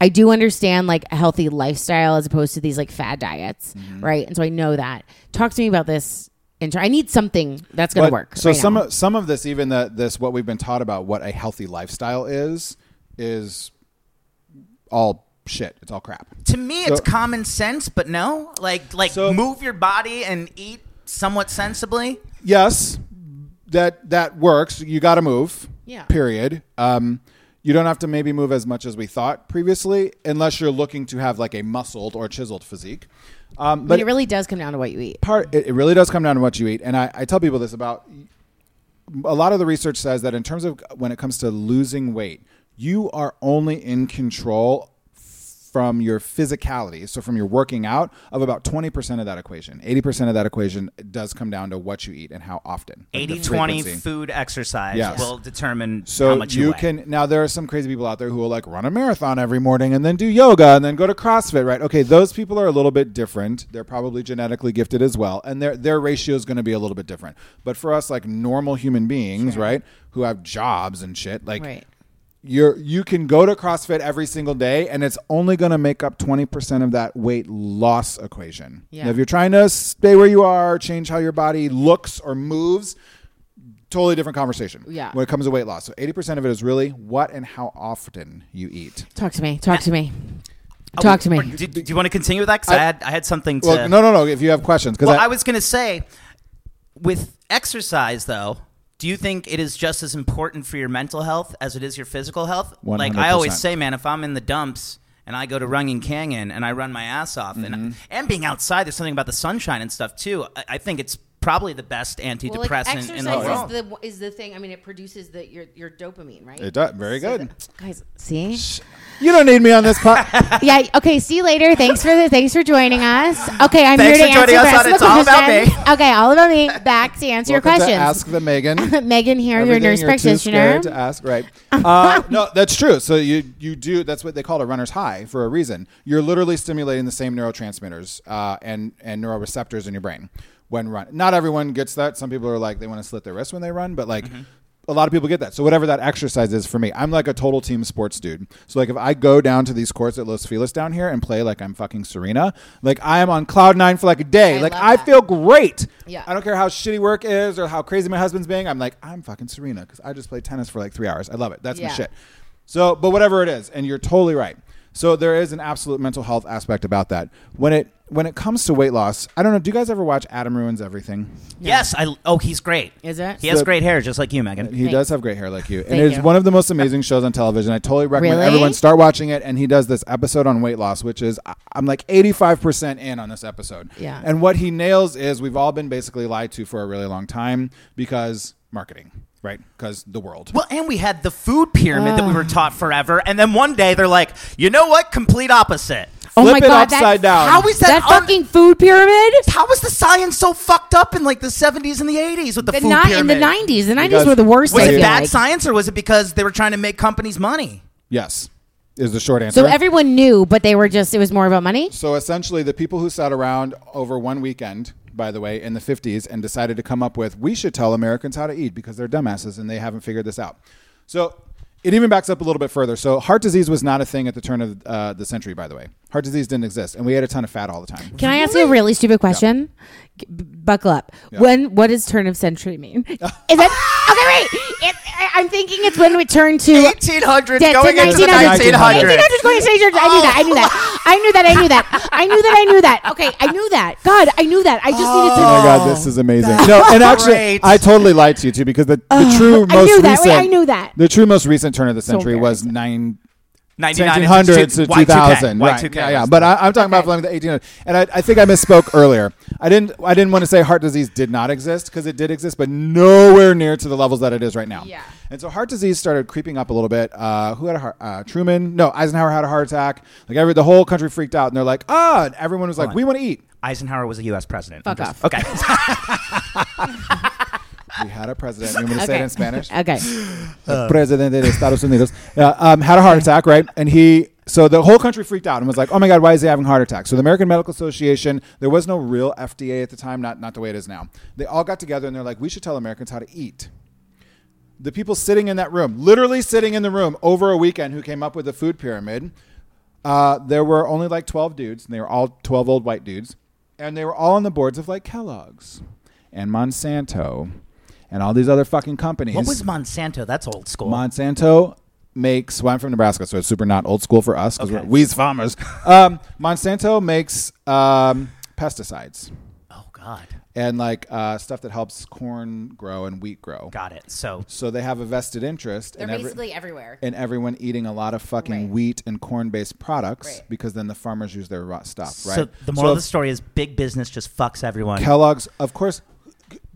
A: I do understand like a healthy lifestyle as opposed to these like fad diets,
C: Mm-hmm.
A: right? And so I know that. Talk to me about this. Inter- I need something that's going to
C: But-
A: work.
C: So
A: right
C: some
A: now.
C: of, some of this, even the, this, what we've been taught about what a healthy lifestyle is, is all shit. It's all crap.
B: To me, it's
C: So-
B: common sense, but no, like like
C: So-
B: move your body and eat somewhat sensibly.
C: yes, that that works. You got to move.
A: Yeah.
C: Period. Um, you don't have to maybe move as much as we thought previously, unless you're looking to have like a muscled or chiseled physique. Um,
A: I mean,
C: but
A: it really does come down to what you eat.
C: part it, it really does come down to what you eat and I, I tell people this about a lot of the research says that in terms of when it comes to losing weight you are only in control from your physicality so from your working out of about 20% of that equation 80% of that equation does come down to what you eat and how often like the
B: 80 20
C: frequency.
B: food exercise
C: Yes.
B: will determine
C: So
B: how much you,
C: you
B: weigh.
C: can now there are some crazy people out there who will like run a marathon every morning and then do yoga and then go to CrossFit, right? Okay, those people are a little bit different. They're probably genetically gifted as well, and their their ratio is going to be a little bit different. But for us like normal human beings, right, who have jobs and shit, like
A: Right.
C: you're you can go to CrossFit every single day and it's only going to make up 20% of that weight loss equation.
A: Yeah.
C: Now, if you're trying to stay where you are, change how your body looks or moves, totally different conversation.
A: Yeah.
C: When it comes to weight loss. So 80% of it is really what and how often you eat.
A: Talk to me. Talk to me.
B: Oh,
A: Talk to
B: or
A: me.
B: Do, do you want to continue with that? 'Cause I, had I had something to.
C: Well, no, no, no. If you have questions, because
B: Well, I, was going to say, with exercise though, do you think it is just as important for your mental health as it is your physical health? Like I always
C: 100%.
B: say, man, if I'm in the dumps and I go to Runyon Canyon and I run my ass off.
C: Mm-hmm.
B: And and being outside, there's something about the sunshine and stuff too. I, I think it's probably the best antidepressant
A: Well, like
B: in the
A: exercise
B: world.
A: is the is the thing. I mean, it produces the your your dopamine, right?
C: It does. Very good.
A: Guys, see?
C: You don't need me on this podcast.
A: yeah. Okay. See you later. Thanks for the thanks for joining us. Okay, I'm
B: Thanks
A: here to
B: for
A: answer the
B: joining us on
A: rest of
B: It's
A: the
B: All About
A: questions. Okay, all about me. Back to answer your
C: Welcome to
A: questions.
C: Ask the Megan.
A: Megan here, your
C: Everything
A: nurse
C: you're
A: practitioner.
C: Too scared to ask, right? Uh, no, that's true. So you you do. That's what they call it a runner's high for a reason. You're literally stimulating the same neurotransmitters uh, and and neuroreceptors in your brain when run. Not everyone gets that. Some people are like they want to slit their wrist when they run, but like.
A: Mm-hmm.
C: A lot of people get that. So whatever that exercise is for me, I'm like a total team sports dude. So like if I go down to these courts at Los Feliz down here and play like I'm fucking Serena, like I am on cloud nine for like a day.
A: I
C: like
A: love
C: I
A: that.
C: feel great.
A: Yeah.
C: I don't care how shitty work is or how crazy my husband's being. I'm like, I'm fucking Serena because I just played tennis for like three hours. I love it. That's my
A: Yeah.
C: shit. So, but whatever it is, and you're totally right. So there is an absolute mental health aspect about that. When it when it comes to weight loss, I don't know. Do you guys ever watch Adam Ruins Everything?
B: Yes, I. Oh, he's great.
A: Is it?
B: He has
C: So-
B: great hair, just like you, Megan.
C: He
A: Thank-
C: does have great hair like you. And
A: Thank
C: it's
A: you.
C: one of the most amazing shows on television. I totally recommend
A: Really?
C: everyone start watching it. And he does this episode on weight loss, which is, I- I'm like 85% in on this episode.
A: Yeah.
C: And what he nails is we've all been basically lied to for a really long time because marketing, right? Because the world.
B: Well, and we had the food pyramid that we were taught forever, and then one day they're like, you know what? Complete opposite.
A: Oh
C: Flip
A: my
C: it
A: god,
C: upside
A: that,
C: down.
B: How is that?
A: that
B: un-
A: fucking food pyramid.
B: how was the science so fucked up in like the 70s and the 80s with the,
A: The
B: food
A: not in
B: pyramid?
A: the '90s. The '90s
C: guys-
A: were the worst.
B: Was
A: I
B: it
A: feel
B: bad
A: like.
B: science, or was it because they were trying to make companies money?
C: Yes, is the short answer.
A: So everyone knew, but they were just. It was more about money.
C: So essentially, the people who sat around over one weekend, by the way, in the 50s and decided to come up with, we should tell Americans how to eat because they're dumbasses and they haven't figured this out. So it even backs up a little bit further. So heart disease was not a thing at the turn of uh, the century, by the way. Heart disease didn't exist, and we ate a ton of fat all the time.
A: Can I ask you a really stupid question? G- b- buckle up. When what does turn of century mean? Is that okay? Wait, it, I- I'm thinking it's when we turn to.
B: 1800s
A: Yeah,
B: going
A: to
B: into the
A: 1900s.
B: 1900s.
A: 1800s, going to 1800s. I knew that. I knew that. I knew that. I knew that. I knew that. I knew that. Okay, I knew that. God, I knew that. I just needed to.
C: Oh my god, this is amazing. No, and actually,
B: great.
C: I totally lied to you too because the, the true
A: Oh, I
C: most
A: knew that.
C: recent
A: Wait, I knew that.
C: the true most recent turn of the century was
A: embarrassing.
C: nine
B: 1900s
C: 1900s to 2000.
B: Y2K.
C: Right.
B: Y2K.
C: Yeah, yeah. But I, I'm talking about like the 1800s, and I, I think I misspoke earlier. I didn't. I didn't want to say heart disease did not exist because it did exist, but nowhere near to the levels that it is right now.
A: Yeah.
C: And so heart disease started creeping up a little bit. Uh, who had a heart? Uh, Truman? No, Eisenhower had a heart attack. Like every the whole country freaked out, and they're like, ah, and everyone was like,
B: on.
C: we want to eat.
B: Eisenhower was a U.S. president.
A: Fuck
B: I'm
A: off.
B: Okay.
C: We had a president. You want me to say it in Spanish?
A: Okay.
B: Uh,
C: president of Estados Unidos, uh, um, had a heart attack, right? And he, so the whole country freaked out and was like, "Oh my God, why is he having a heart attack?" So the American Medical Association, there was no real FDA at the time, not not the way it is now. They all got together and they're like, "We should tell Americans how to eat." The people sitting in that room, literally sitting in the room over a weekend, who came up with the food pyramid, uh, there were only like 12 dudes, and they were all 12 old white dudes, and they were all on the boards of like Kellogg's and Monsanto and all these other fucking companies.
B: what was Monsanto? That's old school.
C: Monsanto makes. Well, I'm from Nebraska, so it's super not old school for us because
B: Okay.
C: we're we's farmers. um, Monsanto makes um, pesticides
B: oh God,
C: and like uh, stuff that helps corn grow and wheat grow.
B: got it. So
C: So they have a vested interest
A: They're
C: in every-
A: basically everywhere.
C: in everyone eating a lot of fucking
A: Right.
C: wheat and corn-based products
A: Right.
C: because then the farmers use their raw stuff, right?
B: So the moral
C: So
B: of the story is big business just fucks everyone.
C: Kellogg's, of course.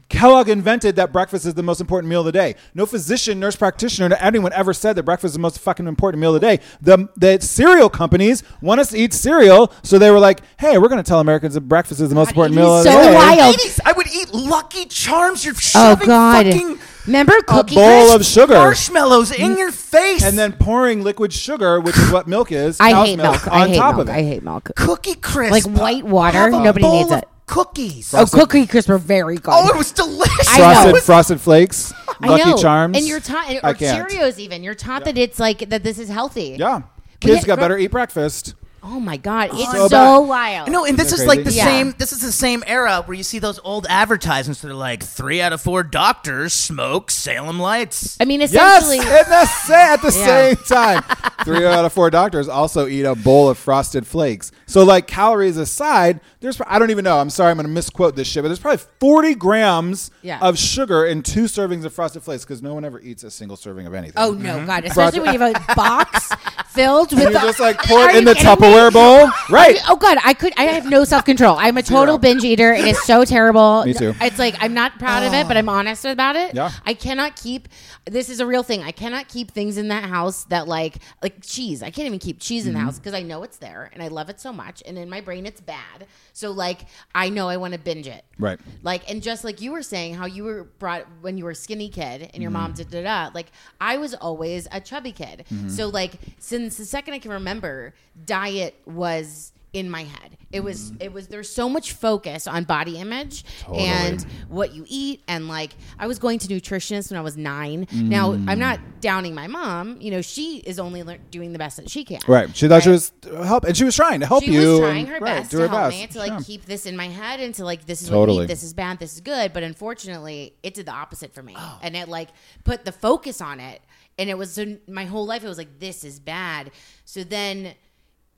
C: Kellogg invented that breakfast is the most important meal of the day. No physician, nurse practitioner, no anyone ever said that breakfast is the most fucking important meal of the day. The, the cereal companies want us to eat cereal, so they were like, "Hey, we're going to tell Americans that breakfast is the most important
A: it
C: meal
A: is
C: of the
A: so
C: day."
A: wild. Wild.
B: 80s, I would eat Lucky Charms. You're
A: Oh
B: shoving
A: God.
B: fucking
A: Remember cookie
C: bowl
A: Crisp?
C: of sugar. Mm.
B: marshmallows in your face,
C: And then pouring liquid sugar, which is what milk is,
A: I
C: cow's
A: hate milk.
C: on
A: I hate
C: top
A: milk.
C: of it.
A: I hate milk.
B: cookie crisp,
A: Like white water,
B: Have a
A: nobody
B: bowl
A: needs
B: of
A: it.
B: Cookies.
A: Oh, cookie crisps are very good.
B: Oh, it was delicious.
A: I know.
C: frosted,
A: It
C: frosted flakes, Lucky
A: I know.
C: Charms,
A: and you're taught, or
C: I can't.
A: Cheerios even. You're taught that it's like that this is healthy.
C: Yeah,
A: We
C: kids
A: had
C: got
A: gro-
C: better eat breakfast.
A: Oh my god, it's so,
C: So bad.
A: wild.
B: No, and this
C: Isn't
B: is
C: that
B: like the
A: crazy? Yeah.
B: same. This is the same era where you see those old advertisements that are like three out of four doctors smoke Salem Lights.
A: I mean
C: Yes,
A: essentially.
C: in the sa- at the
A: Yeah.
C: same time, three out of four doctors also eat a bowl of frosted flakes. So, like calories aside, there's I don't even know. I'm sorry, I'm going to misquote this shit, but there's probably 40 grams
A: Yeah.
C: of sugar in two servings of frosted flakes because no one ever eats a single serving of anything.
A: Oh no, god! Especially when you have a box filled with.
C: Mm-hmm. you just like pour
A: Are
C: it in
A: you
C: the
A: kidding me?
C: Tupperware bowl, right?
A: Oh god, I could. I have no self control. I'm a total binge eater. It is so terrible.
C: Me too.
A: It's like I'm not proud of it, but I'm honest about it.
C: Yeah.
A: I cannot keep. This is a real thing. I cannot keep things in that house that like like cheese. I can't even keep cheese
C: Mm-hmm.
A: in the house because I know it's there and I love it so much. And in my brain, it's bad. So like I know I want to binge it.
C: Right.
A: Like and just like you were saying, how you were brought when you were a skinny kid and your mom da da da. Like I was always a chubby kid. So like since the second I can remember, diet was in my head. It was it was there's so much focus on body image and what you eat and like I was going to nutritionists when I was 9. Now, I'm not downing my mom, you know, she is only lear- doing the best that she can.
C: Right. She thought she was uh, help, and she was trying to help
A: She
C: you.
A: was trying
C: and-
A: her
C: right,
A: best
C: do
A: to
C: her
A: help
C: best.
A: me to like
C: Yeah.
A: keep this in my head and to like this is what
C: Totally.
A: we, this is bad, this is good. But unfortunately, it did the opposite for me,
C: Oh.
A: and it like put the focus on it, and it was so my whole life. It was like this is bad. So then.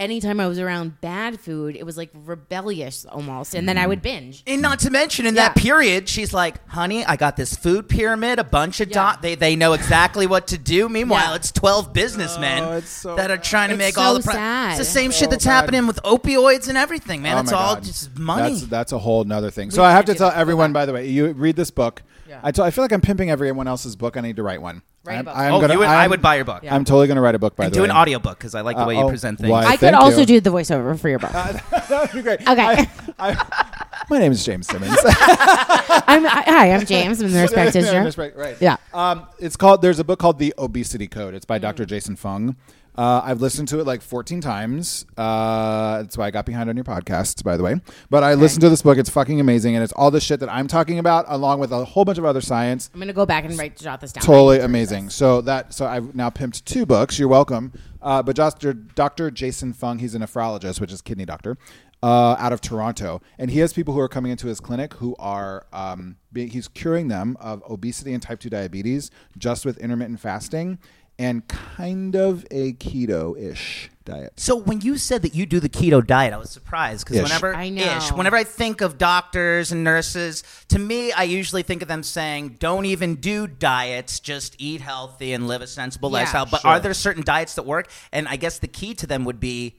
A: Anytime I was around bad food, it was like rebellious almost, and
C: Mm.
A: then I would binge.
B: And not to mention, in that
A: Yeah.
B: period, she's like, "Honey, I got this food pyramid. A bunch of
A: Yeah.
B: dot. They they know exactly what to do. Meanwhile,
A: Yeah.
B: it's twelve businessmen
C: Oh, it's so
B: that are trying to
A: It's
B: make all
A: so
B: the. Pro-
A: sad.
B: It's the same
C: So
B: shit that's
C: bad.
B: happening with opioids and everything, man.
C: Oh
B: it's
C: my
B: all
C: God.
B: just money.
C: That's, that's a whole nother thing. So I have
A: should
C: to
A: do
C: tell
A: that. Go
C: everyone,
A: back.
C: by the way, you read this book. I tell- I feel like I'm pimping everyone else's book. I need to write one.
A: Write a
C: I'm,
A: book.
C: I'm
B: oh,
C: gonna,
B: you would, I
C: I'm-
B: would buy your book.
C: I'm totally going to write a book, by
B: and
C: the
B: do
C: way.
B: an audiobook because I like the way
C: Uh,
B: you
C: oh,
B: present things.
C: why-
A: I could
C: thank
A: also
C: you. Uh,
A: do the voiceover for your book.
C: that would be great.
A: Okay.
C: I- I- my name is James Simmons.
A: I'm, I, hi, I'm James. I'm the nurse practitioner.
C: Respect, right.
A: Yeah. Mm.
C: Um, it's called. There's a book called The Obesity Code. It's by Dr. Jason Fung. Uh, I've listened to it like 14 times. Uh, that's why I got behind on your podcast, by the way. But I listened to this book. It's fucking amazing, and it's all the shit that I'm talking about, along with a whole bunch of other science.
A: I'm gonna go back and write jot this down.
C: Totally amazing. So that so I've now pimped two books. You're welcome. Uh, but Dr. Dr. Jason Fung, he's a nephrologist, which is kidney doctor, uh, out of Toronto, and he has people who are coming into his clinic who are um, being, he's curing them of obesity and type two diabetes just with intermittent fasting and kind of a keto ish diet.
B: So when you said that you do the keto diet, I was surprised because
C: Ish.
B: whenever
A: I know.
B: ish, whenever I think of doctors and nurses, to me, I usually think of them saying, "Don't even do diets; just eat healthy and live a sensible
A: Yeah.
B: lifestyle." But are there certain diets that work? And I guess the key to them would be,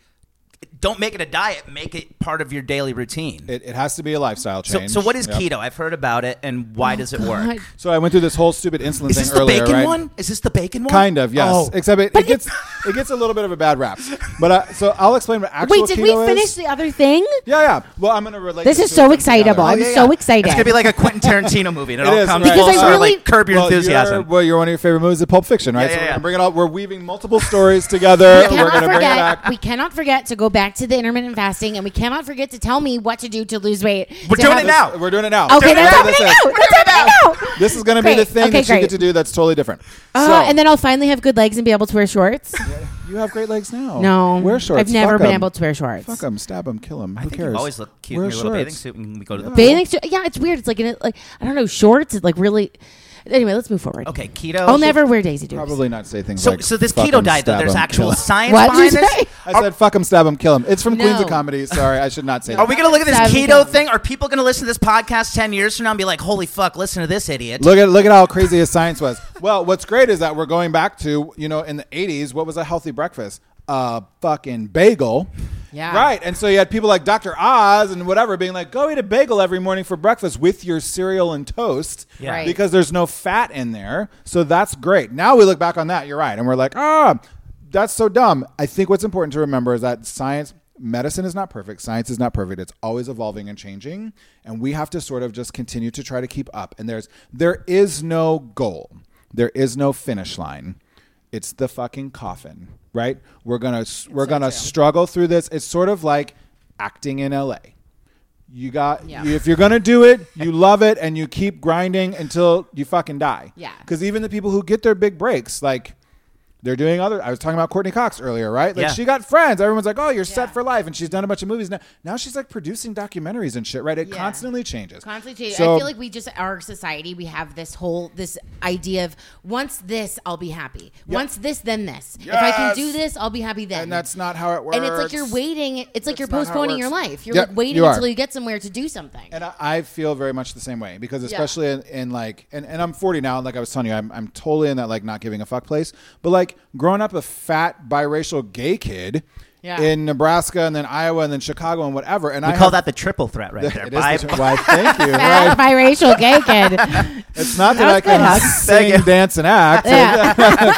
B: don't make it a diet; make it part of your daily routine.
C: It, it has to be a lifestyle
B: so,
C: change.
B: so what is
C: Yep.
B: keto? I've heard about it, and why does it
A: Oh, God.
B: work?
C: So I went through this whole stupid insulin
B: Is
C: thing
B: this the
C: earlier,
B: bacon
C: right?
B: one? Is this the bacon one?
C: Kind of, yes.
B: Oh.
C: Except it, it gets it gets a little bit of a bad rap. But uh, so I'll explain what actual
A: Wait, did we
C: keto
A: finish
C: is.
A: the other thing?
C: Yeah, yeah. Well, I'm gonna relate.
A: This
C: the
A: is
C: two
A: so
C: things
A: excitable.
C: together.
A: I'm so excited.
B: It's gonna be like a Quentin Tarantino movie. It,
C: It
B: all
C: is,
B: comes
C: right.
B: full
A: Because I
B: circle,
A: really-
B: like curb your
C: well, You're,
B: enthusiasm.
C: well, your one of your favorite movies is Pulp Fiction,
B: Yeah,
C: right? so
B: yeah,
C: we're
B: yeah.
C: gonna bring it all. We're weaving multiple stories together.
A: We
C: we're
A: cannot
C: gonna bring it
A: forget.
C: back.
A: We cannot forget to go back to the intermittent fasting, and we cannot forget to tell me what to do to lose weight.
B: We're
A: to
B: doing
A: have-
B: it now.
C: We're doing it now.
A: Okay,
C: We're doing
A: that's
C: it.
A: happening now. That's happening now.
C: This is gonna be the
A: Great.
C: thing
A: Okay,
C: that you
A: great.
C: get to do. That's totally different.
A: Uh,
C: so,
A: and then I'll finally have good legs and be able to wear shorts.
C: you have great legs now.
A: No,
C: Oh, wear shorts.
A: I've never
C: Fuck
A: been
C: 'em.
A: able to wear shorts.
C: Fuck him, stab him, kill him.
B: I
C: Who
B: think
C: cares?
B: you always look cute
C: Wear
B: in your little bathing
C: shorts.
B: suit when we go to the
A: Bathing suit. Yeah, it's weird. It's like an, like I don't know shorts. It's like really. Anyway, let's move forward.
B: Okay, keto.
A: I'll never wear daisy dukes.
C: Probably not say things
B: So,
C: like.
B: so this
C: fuck
B: keto
C: 'em,
B: diet, though,
C: stab
B: there's
C: 'em,
B: actual
C: kill 'em.
B: science
A: What did
B: behind
A: you
B: this.
A: say?
C: I said, "Fuck him, stab him, kill him." It's from Queens
A: No.
C: of Comedy. Sorry, I should not say that.
B: Are we gonna look at this
A: Seven
B: keto
A: kilograms.
B: thing? Are people gonna listen to this podcast ten years from now and be like, "Holy fuck, listen to this idiot"?
C: Look at look at how crazy his science was. Well, what's great is that we're going back to you know in the '80s, what was a healthy breakfast? A fucking bagel.
A: Yeah.
C: Right. And so you had people like Dr. Oz and whatever being like, go eat a bagel every morning for breakfast with your cereal and toast
B: Yeah.
A: Right.
C: because there's no fat in there. So that's great. Now we look back on that, you're right. And we're like, ah, that's so dumb. I think what's important to remember is that science, medicine is not perfect. Science is not perfect. It's always evolving and changing. And we have to sort of just continue to try to keep up. And there's, there is no goal, there is no finish line. It's the fucking coffin, right? We're gonna we're gonna struggle through this. It's sort of like acting in LA. You got
A: Yeah.
C: if you're gonna do it, you love it, and you keep grinding until you fucking die.
A: Yeah.
C: Because even the people who get their big breaks, like They're doing other. I was talking about Courtney Cox earlier, right? Like
B: Yeah.
C: she got friends. Everyone's like, "Oh, you're set
A: Yeah.
C: for life," and she's done a bunch of movies now. Now she's like producing documentaries and shit, right? It
A: Yeah.
C: constantly changes.
A: Constantly changing.
C: So-
A: I feel like we just our society we have this whole this idea of once this I'll be happy. Once this then this. If I can
C: Yes!
A: do this I'll be happy then.
C: and that's not how it works.
A: and it's like you're waiting. It's like
C: That's
A: you're
C: not how it
A: postponing your
C: works.
A: life. You're
C: Yeah,
A: like waiting
C: you are.
A: until you get somewhere to do something.
C: And I, I feel very much the same way because especially in, in like and, and I'm 40 now, and like I was telling you, I'm I'm totally in that like not giving a fuck place. But like growing up a fat biracial gay kid
A: Yeah.
C: in Nebraska and then Iowa and then Chicago and whatever, and
B: We
C: I
B: call
C: have-
B: that the triple threat right there.
C: It
B: Bye.
C: is the, why, thank you.
A: Bad
C: Right.
A: biracial gay kid.
C: It's not that, I
A: That was
C: can
A: good,
B: Thank
C: sing,
B: you.
C: dance, and act.
A: Yeah.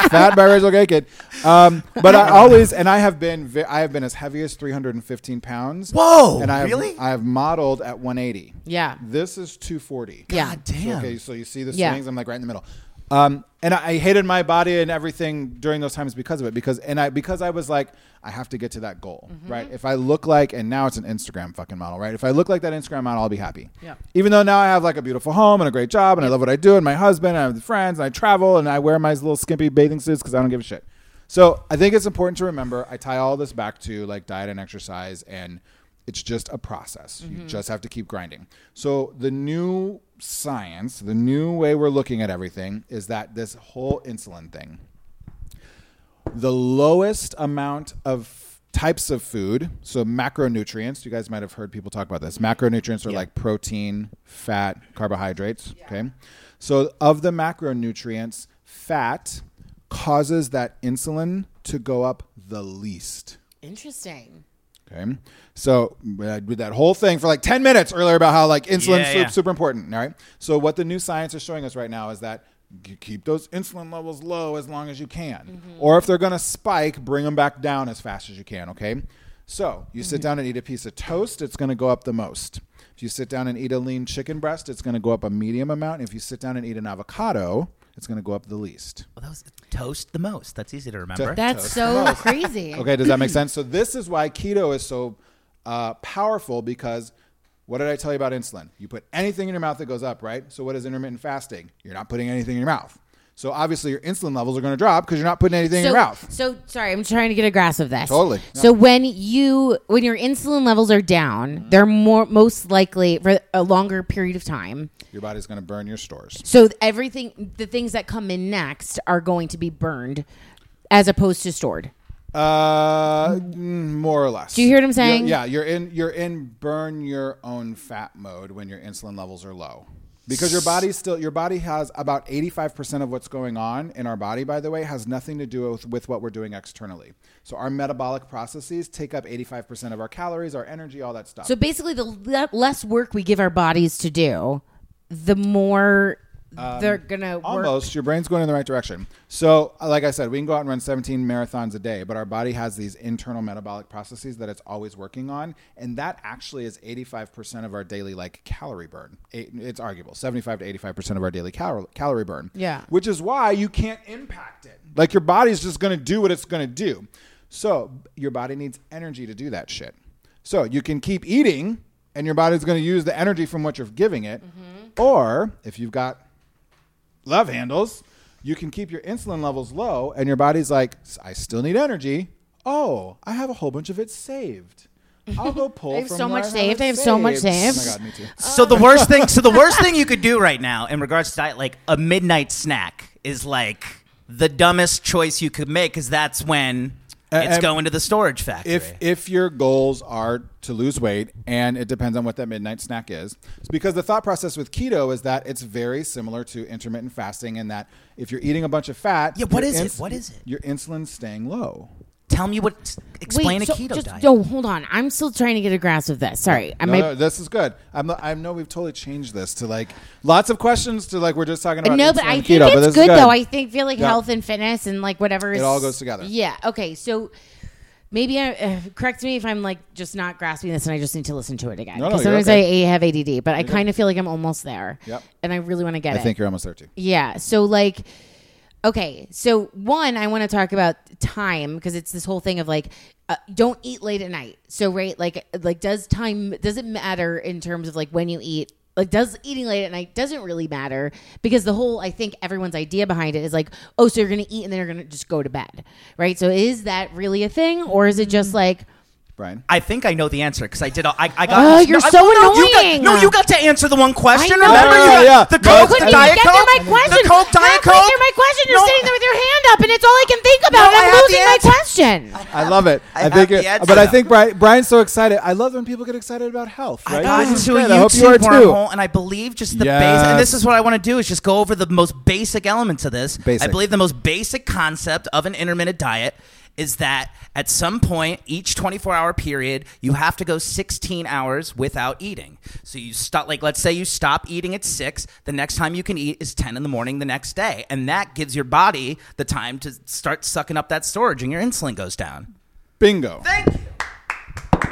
C: fat biracial gay kid. Um, but I always and I have been ve- I have been as heavy as 315 pounds.
B: Whoa,
C: And I have,
B: really?
C: I have modeled at 180.
A: Yeah.
C: This is 240.
A: Yeah.
B: God
C: So,
B: damn.
C: okay, so you see the
A: Yeah.
C: swings. I'm like right in the middle. Um, and I, I hated my body and everything during those times because of it. Because and I because I was like, I have to get to that goal,
A: Mm-hmm.
C: right? If I look like, and now it's an Instagram fucking model, right? If I look like that Instagram model, I'll be happy.
A: Yeah.
C: Even though now I have like a beautiful home and a great job, and I love what I do, and my husband, and I have friends, and I travel, and I wear my little skimpy bathing suits because I don't give a shit. So I think it's important to remember. I tie all this back to like diet and exercise and it's just a process. You just have to keep grinding. So the new science, the new way we're looking at everything is that this whole insulin thing. The lowest amount of types of food, so macronutrients, you guys might have heard people talk about this. Macronutrients are like protein, fat, carbohydrates, okay? So of the macronutrients, fat causes that insulin to go up the least.
A: Interesting.
C: Okay. So I did that whole thing for like 10 minutes earlier about how like insulin
B: Yeah, yeah.
C: super important. All right. So what the new science is showing us right now is that you keep those insulin levels low as long as you can.
B: Mm-hmm.
C: Or if they're going to spike, bring them back down as fast as you can. Okay. So you
B: Mm-hmm.
C: sit down and eat a piece of toast, it's going to go up the most. If you sit down and eat a lean chicken breast, it's going to go up a medium amount. If you sit down and eat an avocado, it's going to go up the least.
B: Well, that was toast the most. That's easy to remember.
A: That's
C: Toast
A: so crazy.
C: Okay, does that make sense? So this is why keto is so uh, powerful because what did I tell you about insulin? You put anything in your mouth that goes up, right? So what is intermittent fasting? You're not putting anything in your mouth. So obviously your insulin levels are going to drop because you're not putting anything in your mouth.
A: So sorry, I'm trying to get a grasp of this.
C: Totally.
A: So when you when your insulin levels are
C: Mm-hmm.
A: down, they're more most likely for a longer period of time.
C: Your body's going to burn your stores.
A: So everything the things that come in next are going to be burned as opposed to stored.
C: Uh, mm, more or less. Do
A: you hear what I'm saying?
C: yeah, you're in you're in burn your own fat mode when your insulin levels are low. Because your body's still your body has about 85% of what's going on in our body by the way has nothing to do with, with what we're doing externally. So our metabolic processes take up 85% of our calories, our energy, all that stuff.
A: So basically the le- less work we give our bodies to do, the more they're going to work.
C: Um, Almost, your brain's going in the right direction. So, uh, like I said, we can go out and run 17 marathons a day, but our body has these internal metabolic processes that it's always working on, and that actually is 85% of our daily like calorie burn. It- It's arguable, 75 to 85% of our daily cal- calorie burn.
A: Yeah.
C: which is why you can't impact it. Like your body's just going to do what it's going to do. So your body needs energy to do that shit. So you can keep eating, and your body's going to use the energy from what you're giving it, or if you've got love handles, you can keep your insulin levels low, and your body's like, "S- I still need energy. Oh, I have a whole bunch of it saved. I'll go pull.
A: I have
C: from
A: so
C: where
A: much
C: it
A: saved. I have so much
C: Oh my
A: saved.
C: god, me too.
B: So the
A: Oh.
B: worst thing, so the worst thing you could do right now in regards to diet, like a midnight snack, is like the dumbest choice you could make because that's when
A: Uh,
B: it's
A: um,
C: and
B: going to the storage factory.
C: If if your goals are to lose weight, and it depends on what that midnight snack is, It's because the thought process with keto is that it's very similar to intermittent fasting, in that if you're eating a bunch of fat,
B: Yeah, what
C: your
B: is it? What is it?
C: Your insulin's staying low.
B: Tell me what. Explain
A: Wait,
B: a
A: so
B: keto
A: just,
B: diet.
A: No, hold on. I'm still trying to get a grasp of this. Sorry. I
C: No,
A: might
C: no, this is good. I'm not, I know we've totally changed this to like lots of questions to like we're just talking about.
A: No, but
C: insulin
A: I
C: and
A: think
C: keto, but
A: it's
C: this is
A: good, though. I think feel like
C: Yeah.
A: health and fitness and like whatever is,
C: all goes together.
A: Yeah. Okay. So maybe I, uh, correct me if I'm like just not grasping this, and I just need to listen to it again.
C: No, no,
A: Because
C: you're
A: sometimes
C: okay.
A: I have ADD, but I kind of feel like I'm almost there.
C: Yep.
A: And I really want to get
C: I
A: it.
C: think you're almost there too.
A: Yeah. So like okay, so one I want to talk about time because it's this whole thing of like uh, don't eat late at night. So right like like does time does it matter in terms of like when you eat like does eating late at night doesn't really matter because the whole I think everyone's idea behind it is like, oh, so you're gonna eat and then you're gonna just go to bed, right? So is that really a thing, or is it
B: Mm.
A: just like?
C: Brian.
B: I think I know the answer because I did. All, I, I got.
A: Oh, you're
B: I-
A: so
B: no, you got-
A: annoying.
B: no, you got to answer the one question.
A: know.
B: Remember,
C: No,
B: you
C: no, no,
B: got
C: yeah.
B: the
C: No,
A: I
B: Coke,
A: couldn't
B: the
A: even
B: Diet
A: get
B: Coke,
A: through my question.
B: the Coke, Diet
A: Halfway
B: Coke.
A: through my question, you're
B: No.
A: sitting there with your hand up, and it's all I can think about.
B: No, I
A: and
B: have
A: I'm
B: the
A: losing my
B: answer.
A: question.
C: I love it.
B: I
C: I, think
B: have
C: it,
B: the answer,
C: but I
B: though.
C: think Brian, Brian's so excited. I love when people get excited about health. Right?
B: I got
C: This is
B: into a
C: great. I hope you are
B: YouTube
C: too.
B: wormhole, and I believe just the base.
C: Yes.
B: And this is what I want to do is just go over the most basic elements of this.
C: Basic.
B: I believe the most basic concept of an intermittent diet is that at some point each 24-hour period you have to go 16 hours without eating so you stop like let's say you stop eating at 6 the next time you can eat is 10 in the morning the next day and that gives your body the time to start sucking up that storage and your insulin goes down
C: Bingo.
B: thank you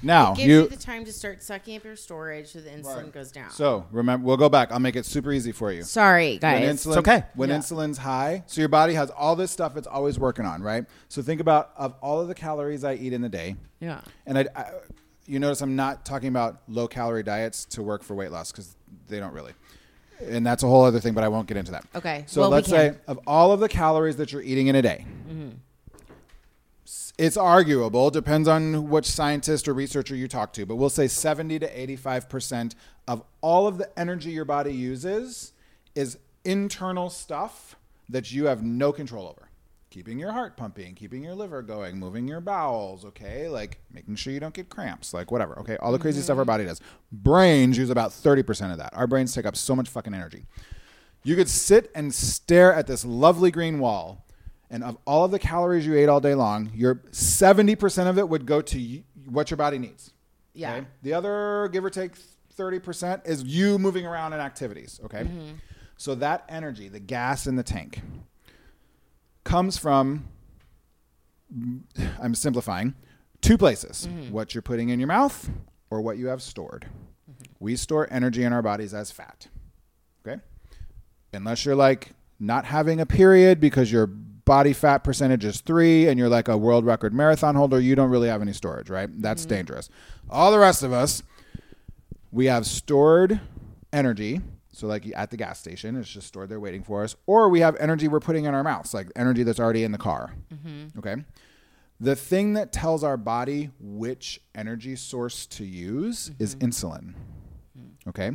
C: Now
A: Gives you,
C: you.
A: the time to start sucking up your storage so the insulin goes down.
C: So remember, we'll go back. I'll make it super easy for you.
A: Sorry,
C: When
A: guys.
C: insulin,
B: okay.
C: When insulin's high, so your body has all this stuff it's always working on, right? So think about of all of the calories I eat in the day.
A: Yeah.
C: And I, I you notice I'm not talking about low calorie diets to work for weight loss because they don't really. And that's a whole other thing, but I won't get into that.
A: Okay.
C: So
A: Well, we
C: let's
A: can.
C: say of all of the calories that you're eating in a day, s- it's arguable, depends on which scientist or researcher you talk to, but we'll say 70 to 85% of all of the energy your body uses is internal stuff that you have no control over. Keeping your heart pumping, keeping your liver going, moving your bowels, okay? Like making sure you don't get cramps, like whatever, okay? All the crazy stuff our body does. Brains use about 30% of that. Our brains take up so much fucking energy. You could sit and stare at this lovely green wall, and of all of the calories you ate all day long, your 70% of it would go to y- what your body needs.
A: Yeah.
C: The other, give or take 30%, is you moving around in activities. Okay. So that energy, the gas in the tank, comes from, I'm simplifying, two places what you're putting in your mouth or what you have stored. We store energy in our bodies as fat. Okay unless you're like not having a period because your body fat percentage is three and you're like a world record marathon holder, you don't really have any storage, right? That's dangerous. All the rest of us, we have stored energy. So, like at the gas station, it's just stored there waiting for us. Or we have energy we're putting in our mouths, like energy that's already in the car. Okay. The thing that tells our body which energy source to use is insulin. Okay.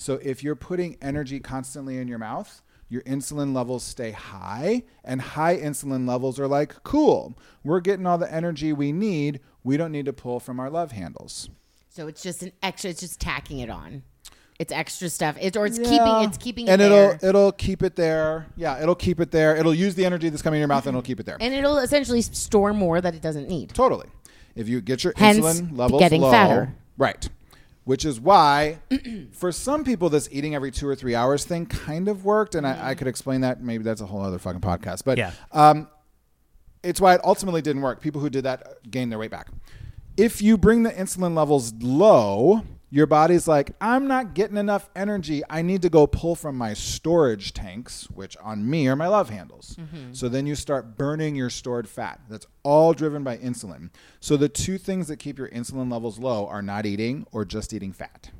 C: So if you're putting energy constantly in your mouth, your insulin levels stay high, and high insulin levels are like, cool, we're getting all the energy we need. We don't need to pull from our love handles.
A: So it's just an extra. It's just tacking it on. It's extra stuff. It's or it's
C: Yeah.
A: keeping. It's keeping it
C: and
A: there.
C: it'll it'll keep it there. Yeah, it'll keep it there. It'll use the energy that's coming in your mouth and it'll keep it there.
A: and it'll essentially store more that it doesn't need.
C: Totally. If you get your
A: Hence,
C: insulin levels
A: getting
C: low,
A: fatter.
C: right? Which is why, for some people, this eating every two or three hours thing kind of worked, and I, I could explain that. Maybe that's a whole other fucking podcast. But
B: Yeah.
C: um, it's why it ultimately didn't work. People who did that gained their weight back. If you bring the insulin levels low, your body's like, I'm not getting enough energy. I need to go pull from my storage tanks, which on me are my love handles. So then you start burning your stored fat. That's all driven by insulin. So the two things that keep your insulin levels low are not eating or just eating fat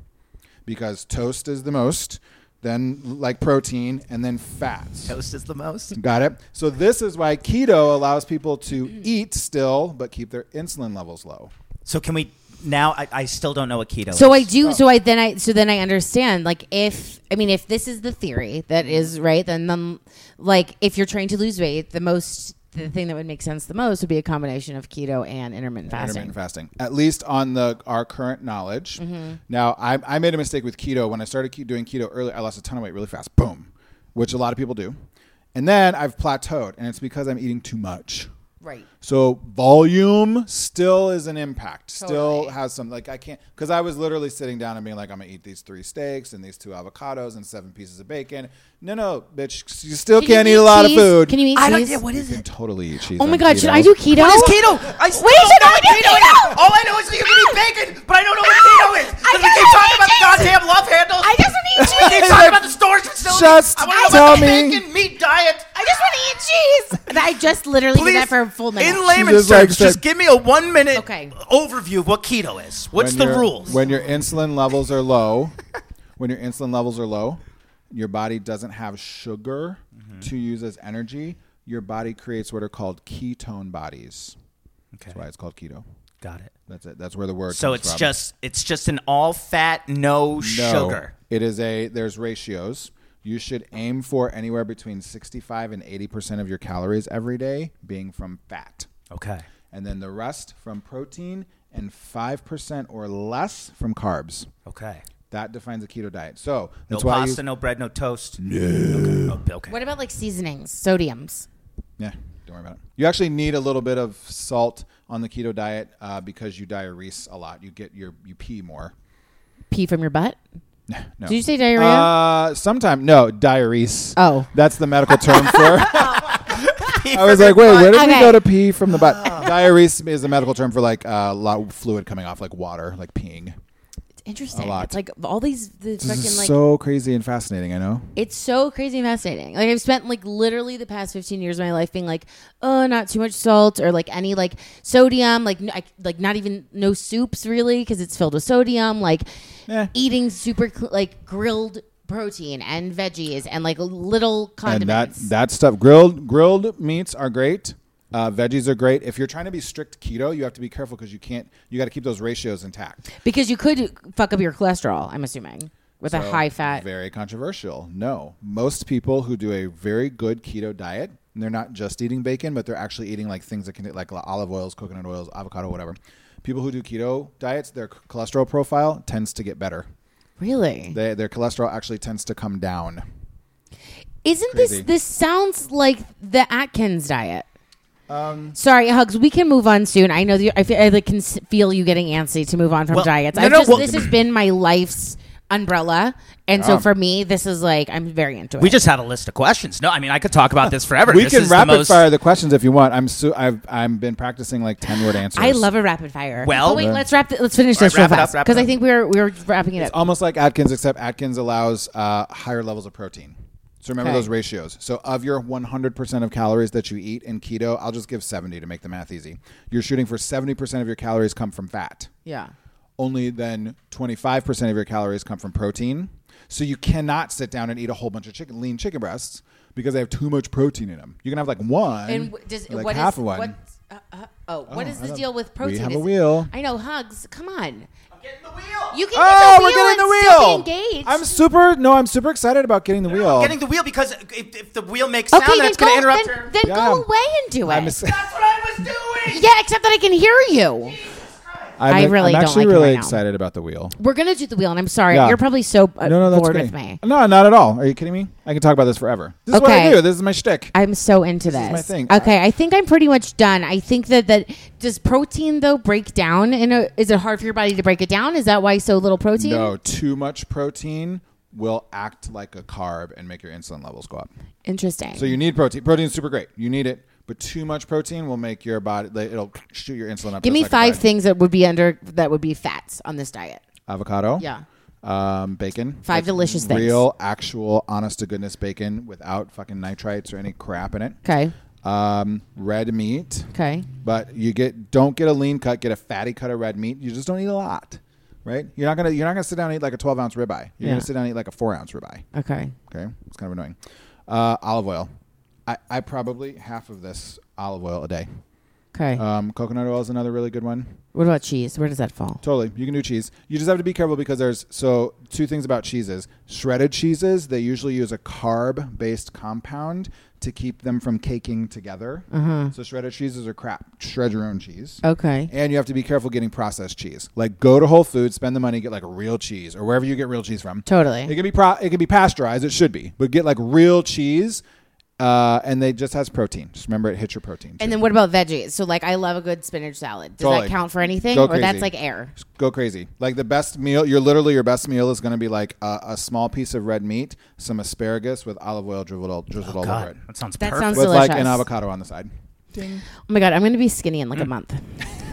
C: because toast is the most, then like protein, and then fats.
B: toast is the most
C: Got it. So this is why keto allows people to eat still but keep their insulin levels low.
B: so can we now I, I still don't know what keto is
A: So I do. So I then I so then I understand. Like if I mean if this is the theory that is right, then then like if you're trying to lose weight, the most the thing that would make sense the most would be a combination of keto and intermittent fasting.
C: Intermittent fasting, at least on the our current knowledge. Now, I, I made a mistake with keto when I started ke- doing keto early. I lost a ton of weight really fast, boom, which a lot of people do, and then I've plateaued, and it's because I'm eating too much.
A: Right.
C: So volume still is an impact. Still
A: Totally.
C: has some like I can't because I was literally sitting down and being like, I'm gonna eat these three steaks and these two avocados and seven pieces of bacon. No, no, bitch, you still
A: you
C: can not
A: eat
C: eat a lot
A: cheese?
C: of food.
A: Can you eat
B: I don't
A: cheese?
B: yeah what
C: You
B: is
C: can
B: it
C: totally eat cheese.
A: oh my
C: on
A: god!
C: keto.
A: Should I do keto?
B: What is keto? I still
A: Wait, should
B: don't know
A: I
B: what
A: do
B: keto is.
A: keto? Oh.
B: All I know is that you can eat bacon, but I don't know what
A: Ow!
B: keto is.
A: I
B: Because we
A: just
B: keep talking
A: hate
B: about the
A: cheese.
B: goddamn love handle.
A: I just want to
B: we
A: eat
B: keep
A: cheese.
B: talking about the storage facility.
C: Just
B: I want to know
C: tell
B: about the
C: me.
B: bacon meat diet.
A: I just want to eat cheese. I just literally
B: Please,
A: did that for a full minute.
B: in layman's
C: Just like
B: terms,
C: said-
B: just give me a one minute
A: Okay.
B: overview of what keto is. What's
C: when
B: the
C: your-
B: rules?
C: When your insulin levels are low, when your insulin levels are low, your body doesn't have sugar
B: Mm-hmm.
C: to use as energy. Your body creates what are called ketone bodies.
B: okay,
C: That's why it's called keto.
B: got it.
C: That's it. That's where the word.
B: So
C: comes
B: it's
C: from.
B: just it's just an all fat, no,
C: No,
B: sugar.
C: It is a there's ratios. You should aim for anywhere between 65 and 80 percent of your calories every day being from fat,
B: Okay.
C: and then the rest from protein and five percent or less from carbs.
B: Okay.
C: That defines a keto diet. So
B: No
C: that's why
B: pasta, no bread, no toast. No. Okay. Oh, okay.
A: what about like seasonings, sodiums?
C: you yeah, don't worry about it. You actually need a little bit of salt on the keto diet uh, because you diurese a lot. You get your you pee more.
A: Pee from your butt?
C: No.
A: Did you say diarrhea?
C: Uh, sometime no diurese.
A: Oh.
C: that's the medical term for. I
B: I
C: was like, wait, where did we
A: Okay. Oh.
C: go to pee from the butt? Diarrhea is a medical term for like uh, a lot of fluid coming off, like water, like peeing.
A: it's interesting.
C: a lot.
A: It's like all these the
C: This
A: fucking
C: is
A: like
C: so crazy and fascinating. I know.
A: It's so crazy and fascinating. Like I've spent like literally the past 15 years of my life being like, oh, not too much salt or like any like sodium, like n- I, like not even no soups really because it's filled with sodium. Like
C: Yeah.
A: eating super cl- like grilled protein and veggies and like little
C: And that
A: condiments.
C: that stuff grilled grilled meats are great. Uh, veggies are great. If you're trying to be strict keto, you have to be careful because you can't. You got to keep those ratios intact.
A: because you could fuck up your cholesterol. I'm assuming with a
C: So,
A: high fat.
C: Very controversial. No, most people who do a very good keto diet, and they're not just eating bacon, but they're actually eating like things that can like olive oils, coconut oils, avocado, whatever. People who do keto diets, their c- cholesterol profile tends to get better.
A: Really?
C: They, their cholesterol actually tends to come down.
A: Isn't
C: Crazy.
A: this this sounds like the Atkins diet?
B: Um,
A: Sorry, Hugs. We can move on soon. I know that you, I, feel, I like, can s- feel you getting antsy to move on from
B: Well,
A: diets.
B: no,
A: I've
B: no,
A: just,
B: well-
A: this has been my life's umbrella, and so
C: Yeah.
A: for me, this is like I'm very into it.
B: We just had a list of questions. No, I mean I could talk about this forever.
C: We
B: This
C: can
B: is the
C: rapid
B: most-
C: fire the questions if you want. I'm su- I've I'm been practicing like ten word answers.
A: I love a rapid fire.
B: Well- uh,
A: oh, wait, let's wrap. Th- let's finish
B: All right,
A: this real
B: wrap it up,
A: fast
B: wrap it
A: because I
B: up.
A: think we were we were wrapping it
C: It's
A: up.
C: almost like Atkins, except Atkins allows uh, higher levels of protein. So remember
A: Okay.
C: those ratios. So of your 100% of calories that you eat in keto, I'll just give 70 to make the math easy. You're shooting for 70% of your calories come from fat.
A: Yeah.
C: Only then 25% of your calories come from protein. So you cannot sit down and eat a whole bunch of chicken, lean chicken breasts because they have too much protein in them. You can have like one,
A: And w- does
C: or Mm-hmm. like
A: what is-
C: half of one.
A: what- uh, uh, oh, what
C: Oh,
A: is
C: I
A: the
C: thought-
A: deal with
C: We
A: protein?
C: have
A: Is
C: a
A: it-
C: wheel.
A: I know, Hugs. Come on.
B: I'm getting the wheel.
A: You can get
C: Oh,
A: the
C: we're
A: wheel
C: getting the
A: and
C: wheel!
A: still be engaged.
C: I'm super. No, I'm super excited about getting the wheel.
B: Getting the wheel because if, if the wheel makes sound,
A: okay,
B: that's
A: then go,
B: going to interrupt
A: then,
B: her.
A: then
C: Yeah.
A: go away and do it.
C: I'm ex-
B: That's what I was doing.
A: yeah, except that I can hear you.
C: I'm,
A: I really don't
C: I'm actually
A: like it
C: really
A: right now.
C: excited about the wheel.
A: We're gonna do the wheel, and I'm sorry,
C: Yeah.
A: you're probably so uh,
C: no, no, that's
A: bored
C: great.
A: with me.
C: No, not at all. Are you kidding me? I can talk about this forever. This is what I
A: Okay.
C: do. This is my shtick.
A: I'm so into this.
C: is my thing.
A: Okay, I think I'm pretty much done. I think that that does protein though break down? In a, is it hard for your body to break it down? Is that why so little protein?
C: No, too much protein will act like a carb and make your insulin levels go up.
A: Interesting.
C: So you need protein. Protein is super great. You need it, but too much protein will make your body. like, It'll shoot your insulin up.
A: Give
C: just
A: me
C: like a
A: five
C: bird.
A: things that would be under that would be fats on this diet.
C: Avocado.
A: Yeah.
C: Um, bacon.
A: Five delicious things.
C: Real, actual, honest to goodness bacon without fucking nitrites or any crap in it.
A: Okay.
C: Um, red meat.
A: Okay.
C: But you get don't get a lean cut, get a fatty cut of red meat. You just don't eat a lot, right? You're not gonna you're not gonna sit down and eat like a 12 ounce ribeye. You're
A: Yeah.
C: gonna sit down and eat like a four ounce ribeye.
A: Okay.
C: Okay, it's kind of annoying. Uh, olive oil. I, I probably half of this olive oil a day.
A: Okay.
C: Um, coconut oil is another really good one.
A: what about cheese? Where does that fall?
C: Totally, you can do cheese. You just have to be careful because there's so two things about cheeses. Shredded cheeses they usually use a carb based compound to keep them from caking together. So shredded cheeses are crap. Shred your own cheese.
A: Okay.
C: And you have to be careful getting processed cheese. Like go to Whole Foods, spend the money, get like real cheese or wherever you get real cheese from.
A: Totally.
C: It can be pro- it can be pasteurized. It should be, but get like real cheese, uh, and they just has protein. Just remember it hits your protein.
A: And then what about veggies? So like I love a good spinach salad. Does
C: Totally.
A: that count for anything?
C: Go
A: or that's
C: crazy.
A: like air.
C: Just go crazy. Like the best meal, your literally your best meal is going to be like a, a small piece of red meat, some asparagus with olive oil drizzled all, drizzled all over it,
B: Oh, God, that sounds
A: That
B: perfect.
A: sounds-
C: with like an
A: Delicious.
C: avocado on the side.
A: Oh my god, I'm gonna be skinny in
C: Mm.
A: like a month.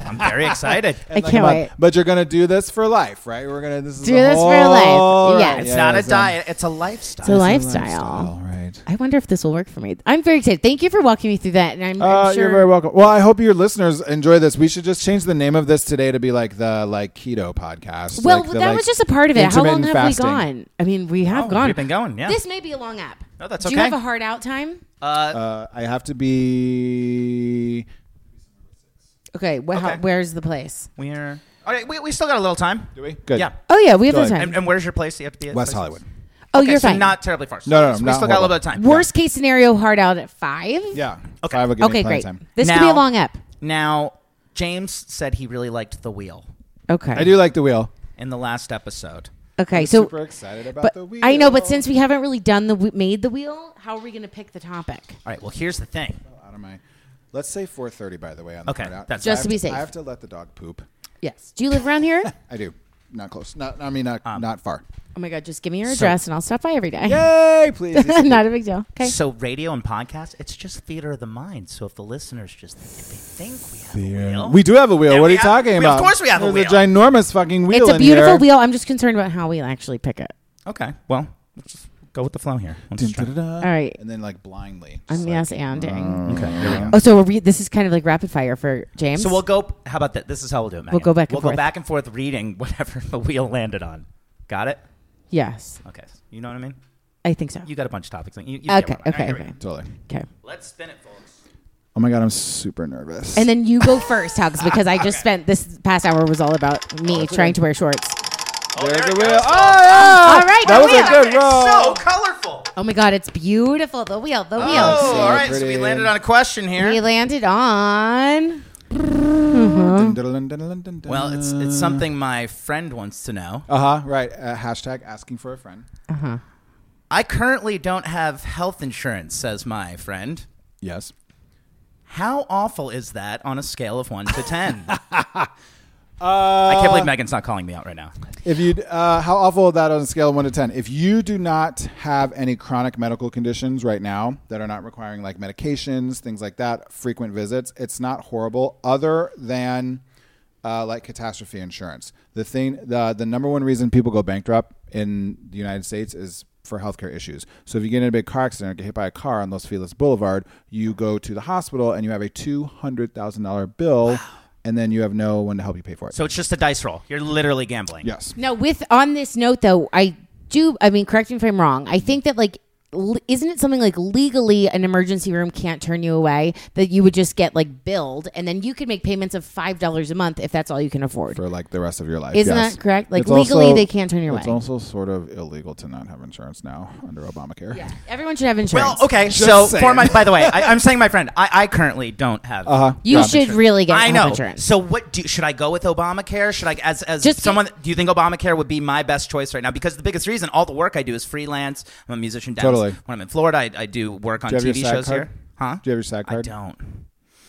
B: I'm very excited.
A: I
C: Like,
A: can't
C: come on.
A: wait.
C: But you're gonna do this for life, right? We're gonna this is
A: Do
C: a
A: this for
C: whole-
A: life.
C: Right.
A: Yes.
B: It's
A: Yeah,
B: not a
C: so-
B: diet; it's a
A: um, It's a
B: lifestyle.
A: lifestyle.
C: Right. right.
A: I wonder if this will work for me. I'm very excited. Thank you for walking me through that. And I'm,
C: Uh,
A: I'm sure
C: You're very welcome. Well, I hope your listeners enjoy this. We should just change the name of this today to be like the like keto podcast.
A: Well,
C: like the,
A: that
C: like,
A: was just a part of it. How long
C: intermittent
A: have
C: fasting.
A: we gone? I mean, we have
B: Oh,
A: gone.
B: We've been going. Yeah.
A: This may be a long app.
B: No, that's
A: Do you have
B: okay.
A: a hard out time?
B: uh,
C: Uh, I have to be.
A: Okay, wh- how-
B: Okay.
A: where's the place?
B: we're. All right, we, we still got a little time.
C: Do we? Good.
B: Yeah.
A: Oh yeah, we have
C: Go
A: the
C: ahead.
A: time.
B: And, and where's your place? Do you have to be at
C: West
B: places?
C: Hollywood.
A: oh,
B: Okay,
A: you're
B: so
A: fine.
B: Not terribly far. So
C: No, no, no,
B: We
C: not
B: still got a
C: horrible.
B: little bit of time.
A: Worst case scenario, hard out at five.
C: Yeah.
B: Okay.
C: Five will give me
A: Okay,
C: plenty
A: great.
C: of time.
A: This could be a
B: Now-
A: long app.
B: Now, James said he really liked the wheel
A: Okay.
C: I do like the wheel.
B: in the last episode.
A: Okay,
C: I'm
A: so
C: super excited about
A: but
C: the wheel.
A: I know, but since we haven't really done the w- made the wheel, how are we going to pick the topic?
B: All right. Well, here's the thing.
C: out of my, let's say 4:30 by the way on the
B: Okay,
C: hard out.
B: that's
C: So I
A: Just to
C: have
A: be safe.
C: I have to let the dog poop.
A: Yes. Do you live around here?
C: I do. Not close. Not. I mean, not
B: Um.
C: not far.
A: oh my god, just give me your address and I'll stop by every day.
C: Yay! Please.
A: Not a big deal. Okay.
B: So radio and podcast, it's just theater of the mind. So if the listeners just if they think we have a wheel,
C: We do have a wheel.
B: Yeah,
C: what are
B: we
C: you
B: have-
C: talking
B: we- of
C: about?
B: course we have a
C: There's
B: wheel.
C: ginormous fucking wheel.
A: it's a
C: in
A: beautiful
C: here.
A: wheel. I'm just concerned about how we actually pick it.
B: okay. Well, let's just go with the flow here. Let's
C: Dun,
B: try.
C: dun, dun, dun.
A: All right.
C: And then like blindly.
A: I'm
C: Just like,
A: yes anding.
B: Okay. Here we go.
A: oh, so are we, this is kind of like rapid fire for James.
B: uh, So we'll go. How about that? This is how we'll do it. Megan.
A: We'll go back and
B: We'll
A: forth.
B: go back and forth reading whatever the wheel landed on. Got it?
A: yes,
B: Okay. You know what I mean?
A: I think so.
B: You got a bunch of topics. You, you get
A: okay,
B: one. All right,
A: okay,
B: here we
A: okay,
B: go.
C: Totally.
A: okay.
B: Let's spin it, folks.
C: Oh my god, I'm super nervous.
A: And then you go first, Hugs, because I just spent this past hour was all
C: Oh,
A: about me trying to wear shorts.
B: Oh,
C: there's
B: there
C: the
B: it
C: wheel.
B: goes.
C: Oh yeah!
A: All right,
C: that
A: the
C: was a
A: wheel.
C: good roll.
B: So colorful.
A: Oh my god, it's beautiful. The wheel, the wheel.
B: Oh,
C: so
B: all right. So we
C: pretty.
B: landed on a question here.
A: We landed on.
C: Dun, dun, dun, dun, dun, dun, dun.
B: Well, it's it's something my friend wants to know.
C: Uh huh. Right. Uh, hashtag asking for a friend.
A: Uh huh.
B: I currently don't have health insurance, says my friend.
C: Yes.
B: How awful is that on a scale of 1 to 10?
C: Uh,
B: I can't believe Megan's not calling me out right now.
C: If you, uh, how awful is that on a scale of one to ten? If you do not have any chronic medical conditions right now that are not requiring like medications, things like that, frequent visits, it's not horrible. Other than uh, like catastrophe insurance, the thing, the the number one reason people go bankrupt in the United States is for healthcare issues. So if you get in a big car accident or get hit by a car on Los Feliz Boulevard, you go to the hospital and you have a two hundred thousand dollar bill, and then you have no one to help you pay for it.
B: So it's just a dice roll. You're literally gambling.
C: yes.
A: Now, with on this note though, I do. I mean, correct me if I'm wrong. I think that like. l- Isn't it something like legally an emergency room can't turn you away that you would just get like billed and then you could make payments of five dollars a month if that's all you can afford?
C: for like the rest of your life.
A: Isn't
C: yes.
A: that correct? Like, legally, they can't turn your
C: It's
A: way.
C: also sort of illegal to not have insurance now under Obamacare.
A: Yeah, everyone should have insurance.
B: Well, okay. so
C: Just saying.
B: for my by the way, I, I'm saying my friend, I, I currently don't have
C: Uh huh.
A: You should really get
B: I
A: health
B: know.
A: insurance.
B: So what do should I go with Obamacare? Should I as as
A: Just get-
B: someone do you think Obamacare would be my best choice right now? Because the biggest reason all the work I do is freelance. I'm a musician down
C: Totally.
B: when I'm in Florida, I, I do work on
C: Do you have your
B: TV
C: SAG
B: shows
C: card?
B: here. Huh?
C: Do you have your SAG
B: I
C: card?
B: don't.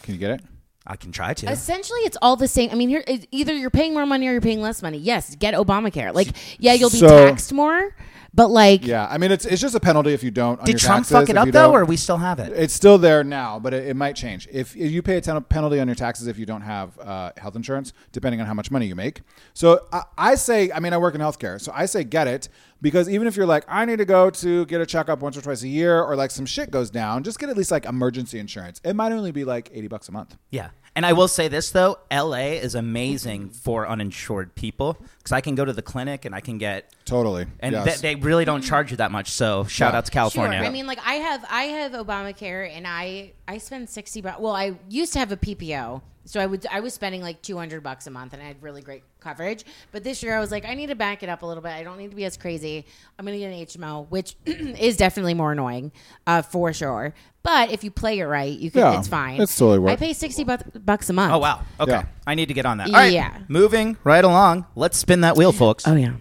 C: Can you get it?
B: I can try to.
A: Essentially, it's all the same. I mean, here it- either you're paying more money or you're paying less money. Yes, get Obamacare. Like, yeah, you'll be
C: So-
A: taxed more, but like,
C: Yeah. I mean, it's it's just a penalty if you don't. On
B: Did
C: your
B: Trump
C: taxes,
B: fuck
C: if
B: it up
C: you
B: though,
C: don't-
B: or we still have it?
C: It's still there now, but it, it might change. If, if you pay a ton of penalty on your taxes if you don't have uh, health insurance, depending on how much money you make. So I, I say, I mean, I work in healthcare, so I say get it because even if you're like, I need to go to get a checkup once or twice a year, or like some shit goes down, just get at least like emergency insurance. It might only be like eighty bucks a month.
B: Yeah. And I will say this though, LA is amazing for uninsured people because I can go to the clinic and I can get,
C: Totally.
B: and
C: yes.
B: th- they really don't charge you that much. So shout
C: Yeah.
B: out to California.
A: Sure. I mean, like I have I have Obamacare and I I spend sixty bucks. Well, I used to have a PPO, so I would I was spending like two hundred bucks a month, and I had really great coverage. But this year, I was like, I need to back it up a little bit. I don't need to be as crazy. I'm gonna get an HMO, which is definitely more annoying, uh, for sure. But if you play it right, you can.
C: Yeah,
A: it's fine.
C: it's totally worth
A: I pay sixty bu- bucks a month.
B: oh, wow. Okay.
C: Yeah.
B: I need to get on that. All right.
A: Yeah.
B: Moving right along. Let's spin that wheel, folks.
A: Oh yeah.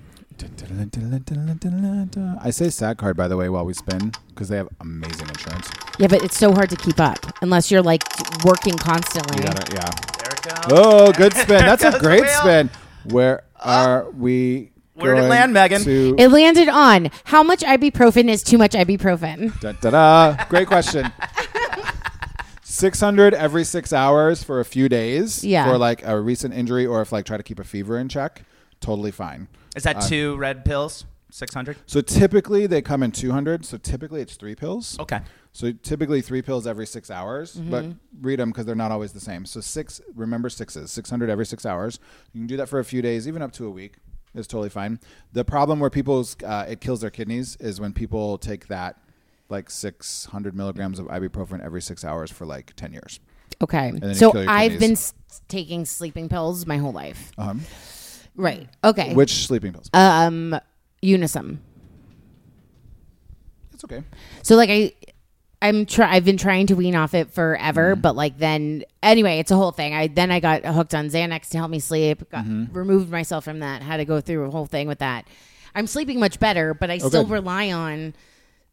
C: I say SAG card by the way while we spin because they have amazing insurance.
A: Yeah, but it's so hard to keep up unless you're like working constantly.
C: You got it, yeah.
B: There it goes.
C: Oh, good spin. That's a
B: Goes the
C: great
B: wheel.
C: spin. Where are we?
B: Where'd it
C: going
B: land, Megan?
C: to-
A: It landed on how much ibuprofen is too much ibuprofen.
C: Da, da, da. Great question. 600 every six hours for a few days
A: Yeah.
C: for like a recent injury or if like try to keep a fever in check. Totally fine.
B: Is that two red pills? six hundred.
C: So typically they come in 200. So typically it's three pills.
B: Okay.
C: So typically three pills every six hours, but
A: Mm-hmm.
C: read them because they're not always the same. So six, remember sixes, 600 every six hours. You can do that for a few days, even up to a week. It's totally fine. The problem where people's uh, it kills their kidneys is when people take that like 600 milligrams of ibuprofen every six hours for like 10 years.
A: Okay.
C: then you
A: So
C: kill your
A: I've been
C: kidneys.
A: s- taking sleeping pills my whole life.
C: Um,
A: Right. Okay.
C: which sleeping pills?
A: um Unisum.
C: it's okay.
A: So like I I'm try I've been trying to wean off it forever,
C: Mm-hmm.
A: but like then anyway, it's a whole thing. I then I got hooked on Xanax to help me sleep, got
C: Mm-hmm.
A: removed myself from that, had to go through a whole thing with that. I'm sleeping much better, but I still
C: Oh, good.
A: rely on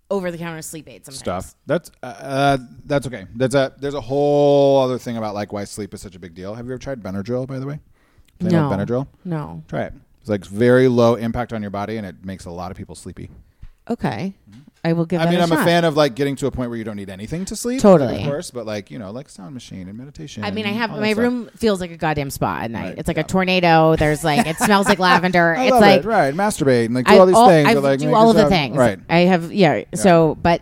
A: over the counter sleep aid sometimes.
C: stuff. That's uh, uh, that's okay. That's a there's a whole other thing about like why sleep is such a big deal. Have you ever tried Benadryl? By the way, Plain
A: No.
C: old Benadryl.
A: No.
C: Try it. It's like very low impact on your body, and it makes a lot of people sleepy.
A: Okay. I will give
C: Mm-hmm.
A: that
C: I mean,
A: a
C: I'm
A: shot.
C: a fan of like getting to a point where you don't need anything to sleep.
A: Totally.
C: of course, but like you know, like sound machine and meditation.
A: I mean, I
C: and
A: have
C: Mm-hmm. all that
A: my
C: stuff.
A: room feels like a goddamn spa at night.
C: Right,
A: It's like
C: yeah.
A: a tornado. There's like it smells like lavender.
C: I
A: it's
C: love
A: like
C: it. Right, masturbate and like do
A: I
C: all these things.
A: I
C: that, like,
A: do
C: make
A: all of the
C: yourself-
A: things.
C: Right.
A: I have yeah, So, but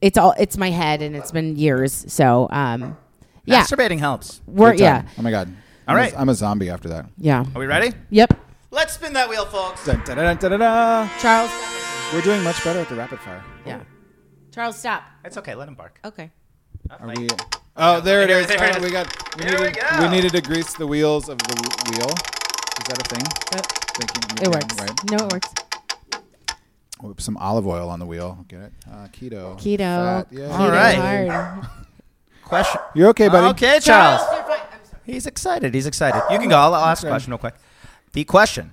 A: it's all it's my head, and it's been years. So, um, yeah,
B: Masturbating helps.
A: we're
C: Big time.
A: yeah,
C: Oh my god.
B: All
C: I'm a-
B: right.
C: I'm a zombie after that.
A: yeah.
B: Are we ready?
A: Yep.
B: Let's spin that wheel, folks.
C: Dun, dun, dun, dun, dun, dun.
A: Charles.
C: We're doing much better at the rapid fire.
A: Yeah. Charles, stop.
B: It's okay. Let him bark.
A: Okay.
C: Are we? Oh, there it
B: There-
C: is.
B: there
C: Oh,
B: it is.
C: we got. We
B: Here we
C: needed,
B: go.
C: needed to grease the wheels of the w- wheel. Is that a thing? Thank
A: It
C: you. Yeah,
A: works. No, it works.
C: Right. Whip some olive oil on the wheel. Get it? Uh, keto.
A: Keto.
C: Fat, yeah.
A: Keto
B: All right.
A: hard.
B: Question.
C: You're okay, buddy.
B: Okay, Charles.
A: you're fine. I'm sorry.
B: He's excited. He's excited. You can go. I'll, I'll ask a
C: Okay.
B: question real quick. The question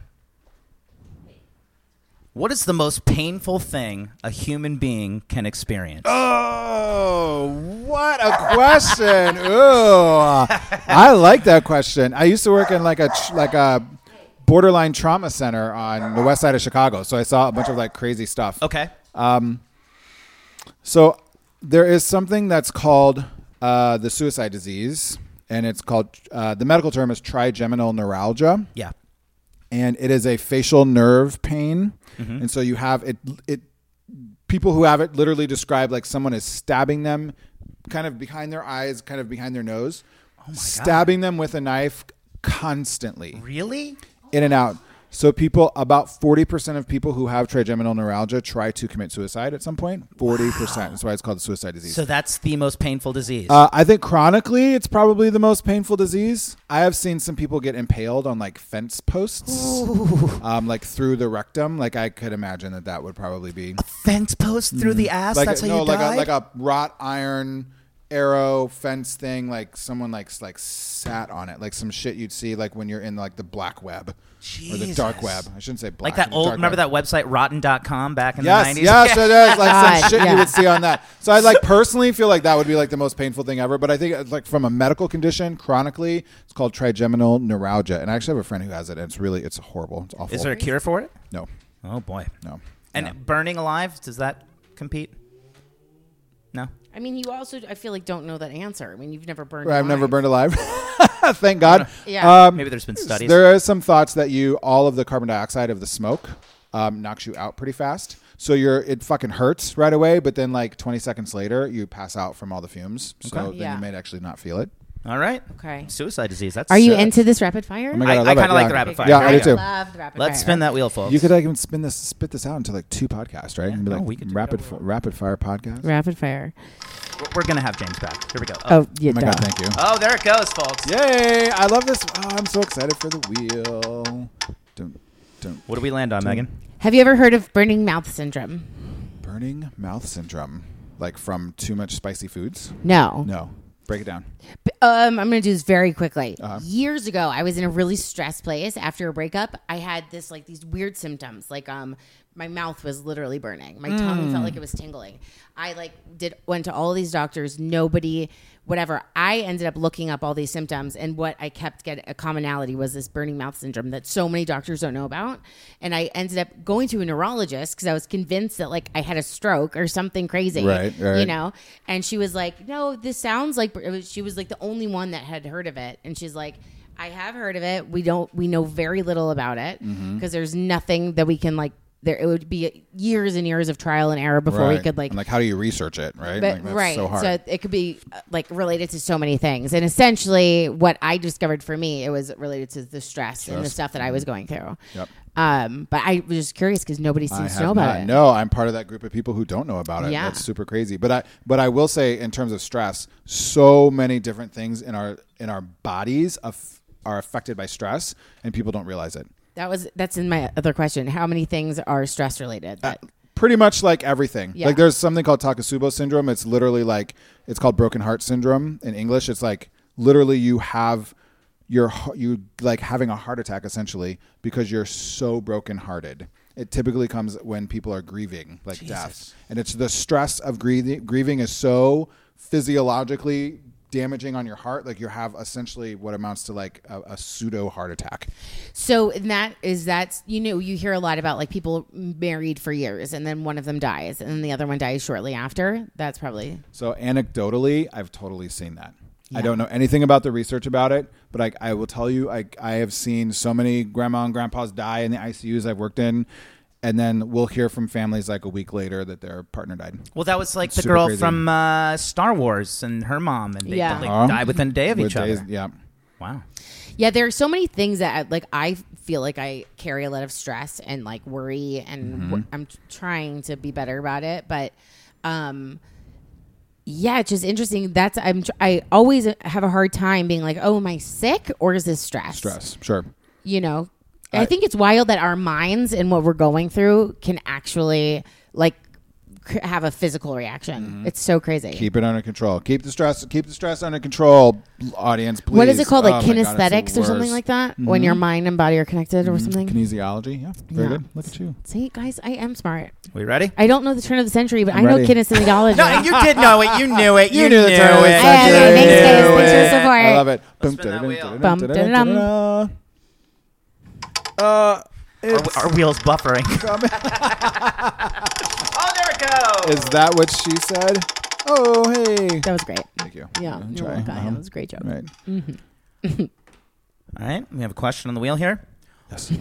B: What is the most painful thing a human being can experience?
C: Oh, what a question! Ooh, I like that question. I used to work in like a tr- like a borderline trauma center on the west side of Chicago, so I saw a bunch of like crazy stuff.
B: Okay.
C: So there is something that's called uh, the suicide disease, and it's called uh, the medical term is trigeminal neuralgia,
B: Yeah.
C: and it is a facial nerve pain, and so you have it. It people who have it literally describe like someone is stabbing them, kind of behind their eyes, kind of behind their nose, stabbing them with a knife constantly
B: Really?
C: in and out. So people, about forty percent of people who have trigeminal neuralgia try to commit suicide at some point. Forty percent. That's why it's called the suicide disease.
B: So that's the most painful disease.
C: uh, I think chronically, it's probably the most painful disease. I have seen some people get impaled on like fence posts, um, like through the rectum. Like I could imagine that that would probably be
B: Fence post through the ass?
C: Mm. like
B: that's how
C: no,
B: you
C: like
B: died?
C: a like a wrought iron arrow fence thing. Like someone like s- like sat on it, like some shit you'd see like when you're in like the black web or the dark
B: Jesus.
C: web. I shouldn't say black.
B: Like that
C: the
B: old,
C: dark
B: remember that
C: web.
B: website rotten.com back in
C: Yes,
B: the 90s?
C: yes, it is like some
A: God,
C: shit
A: yeah.
C: you would see on that. So I like personally feel like that would be like the most painful thing ever. But I think uh, like from a medical condition, chronically, it's called trigeminal neuralgia. And I actually have a friend who has it, and it's really it's horrible. It's awful.
B: Is there a cure for it?
C: no,
B: Oh, boy.
C: no.
B: And burning alive, does that compete? No.
A: I mean, you also I feel like don't know that answer. I mean, you've never burned.
C: I've never
A: alive.
C: burned alive. Thank God.
A: Yeah.
C: Um,
B: Maybe there's been studies.
C: There is some thoughts that you all of the carbon dioxide of the smoke um, knocks you out pretty fast. So you're it fucking hurts right away, but then like 20 seconds later, you pass out from all the fumes. So
B: Okay.
C: then
A: Yeah.
C: you might actually not feel it.
B: All right.
A: Okay.
B: Suicide disease. That's
A: Are you
B: sick.
A: into this rapid fire?
C: Oh my
B: I-
C: God,
B: I
C: love it.
B: kinda like
C: Yeah.
B: the rapid fire.
C: Yeah,
B: There
C: I
B: you
C: do
B: go.
C: too.
A: Love the rapid
B: Let's
A: fire.
B: spin that wheel, folks.
C: You could like even spin this, spit this out into like two podcasts, right? and be
B: no,
C: like
B: we could do
C: rapid,
B: that.
C: fi- rapid fire podcast.
A: Rapid fire.
B: We're gonna have James back. Here we go.
A: Oh, yeah.
C: Oh my
A: duh.
C: god, thank you!
B: Oh, there it goes, folks.
C: Yay! I love this. Oh, I'm so excited for the wheel. Don't, don't.
B: What do we land
C: Hmm.
B: on, Megan?
A: Have you ever heard of burning mouth syndrome?
C: Burning mouth syndrome, like from too much spicy foods.
A: No.
C: No, break it down.
A: B- Um, I'm going to do this very quickly.
C: Uh-huh.
A: Years ago, I was in a really stressed place after a breakup. I had this like these weird symptoms, like um, my mouth was literally burning, my tongue
C: Mm.
A: felt like it was tingling. I like did went to all these doctors, nobody, whatever. I ended up looking up all these symptoms, and what I kept getting a commonality was this burning mouth syndrome that so many doctors don't know about. And I ended up going to a neurologist because I was convinced that like I had a stroke or something crazy,
C: Right,
A: you
C: right.
A: know know? And she was like, "No, this sounds like it was, she was like the only one that had heard of it." And she's like,
C: Mm-hmm.
A: "I have heard of it. We don't we know very little about it because there's nothing that we can like there it would be years and years of trial and error before we
C: Right.
A: could like
C: And, like how do you research it, right?
A: but
C: Like, that's
A: right
C: so hard.
A: it could be uh, like related to so many things and essentially what i discovered for me it was related to the stress, and the
C: Stress. Mm-hmm.
A: stuff that i was going through
C: Yep.
A: um but i was just curious because nobody
C: I
A: seems to
C: have
A: know about
C: not.
A: it
C: No, I'm part of that group of people who don't know about it.
A: Yeah.
C: That's super crazy. But I but I will say in terms of stress, so many different things in our in our bodies of, are affected by stress and people don't realize it.
A: that was that's in my other question how many things are stress related
C: Uh,
A: that,
C: Pretty much like everything.
A: Yeah.
C: Like there's something called Takasubo syndrome. It's literally like it's called broken heart syndrome in English. It's like literally you have your h- you like having a heart attack essentially because you're so broken hearted. It typically comes when people are grieving, like death, and it's the stress of grieving. Grieving is so physiologically damaging on your heart, like you have essentially what amounts to like a, a pseudo heart attack.
A: so and that is that you know you hear a lot about like people married for years and then one of them dies and then the other one dies shortly after that's probably
C: So anecdotally, I've totally seen that. I don't know anything about the research about it, but I, I will tell you, I, I have seen so many grandma and grandpas die in the ICUs I've worked in, and then we'll hear from families like a week later that their partner died.
B: Well, that was like the
C: Super
B: girl
C: crazy.
B: from uh, Star Wars and her mom, and they
A: Yeah.
B: like,
C: Uh-huh.
B: died within a day of
C: With
B: each other.
C: days- Yeah.
B: Wow.
A: Yeah, there are so many things that I- like I feel like I carry a lot of stress and like worry, and wor- I'm t- trying to be better about it. But, um, yeah, it's just interesting. That's I'm tr- I always have a hard time being like, oh, am I sick or is this stress?
C: Stress. Sure.
A: You know, I
C: I-
A: think it's wild that our minds and what we're going through can actually like c- have a physical reaction.
C: Mm-hmm.
A: It's so crazy.
C: Keep it under control. Keep the stress. Keep the stress under control, audience. Please.
A: what is it called? Like
C: Oh my God, it's the
A: kinesthetics or something
C: worst. Mm-hmm.
A: like that? When your mind and body are connected or something?
C: Kinesiology. Yeah. Very
A: Yeah.
C: good. Look at you.
A: See, guys, I am smart.
B: We ready?
A: I don't know the turn of the century, but
C: I'm
A: I know
C: ready.
A: kinesthology.
B: No, you did know it. You knew it. You,
C: You knew the turn of the
B: it.
A: I am.
C: century.
A: Thanks, guys.
C: Knew
A: Thanks for the
C: it.
A: support.
C: I love it.
B: Let's spin that wheel.
A: Bum, da-da-dum.
C: Uh, it's-
B: Our, our wheels buffering. oh, there it goes.
C: Is that what she said? Oh, hey.
A: That was great.
C: Thank you.
A: Yeah, you're
C: Try.
A: welcome. That
C: Um,
A: was a great joke.
C: Right.
B: All right, we have a question on the wheel here.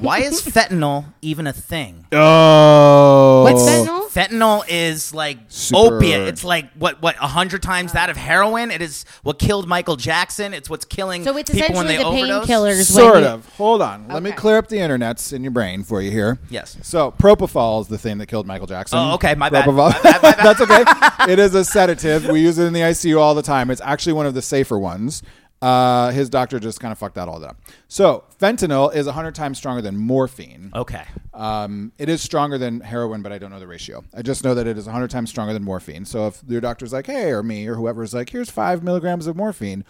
B: Why is fentanyl even a thing?
C: Oh.
A: What's fentanyl?
B: Fentanyl is like
C: Super-
B: opiate. It's like what what a hundred times that of heroin. It is what killed Michael Jackson. It's what's killing
A: So it's
B: people when
A: essentially
B: they
A: the
B: overdose.
A: painkillers.
C: Sort of. Hold on. Let me
A: Okay.
C: clear up the internets in your brain for you here.
B: Yes.
C: So propofol is the thing that killed Michael Jackson.
B: Oh, okay, my bad.
C: Propofol.
B: My bad, my
C: That's okay. It is a sedative. We use it in the ICU all the time. It's actually one of the safer ones. Uh, his doctor just kind of fucked that all up. So fentanyl is 100 times stronger than morphine.
B: Okay.
C: Um, it is stronger than heroin, but I don't know the ratio. I just know that it is 100 times stronger than morphine. So if your doctor's like, hey, or me, or whoever's like, here's five milligrams of morphine,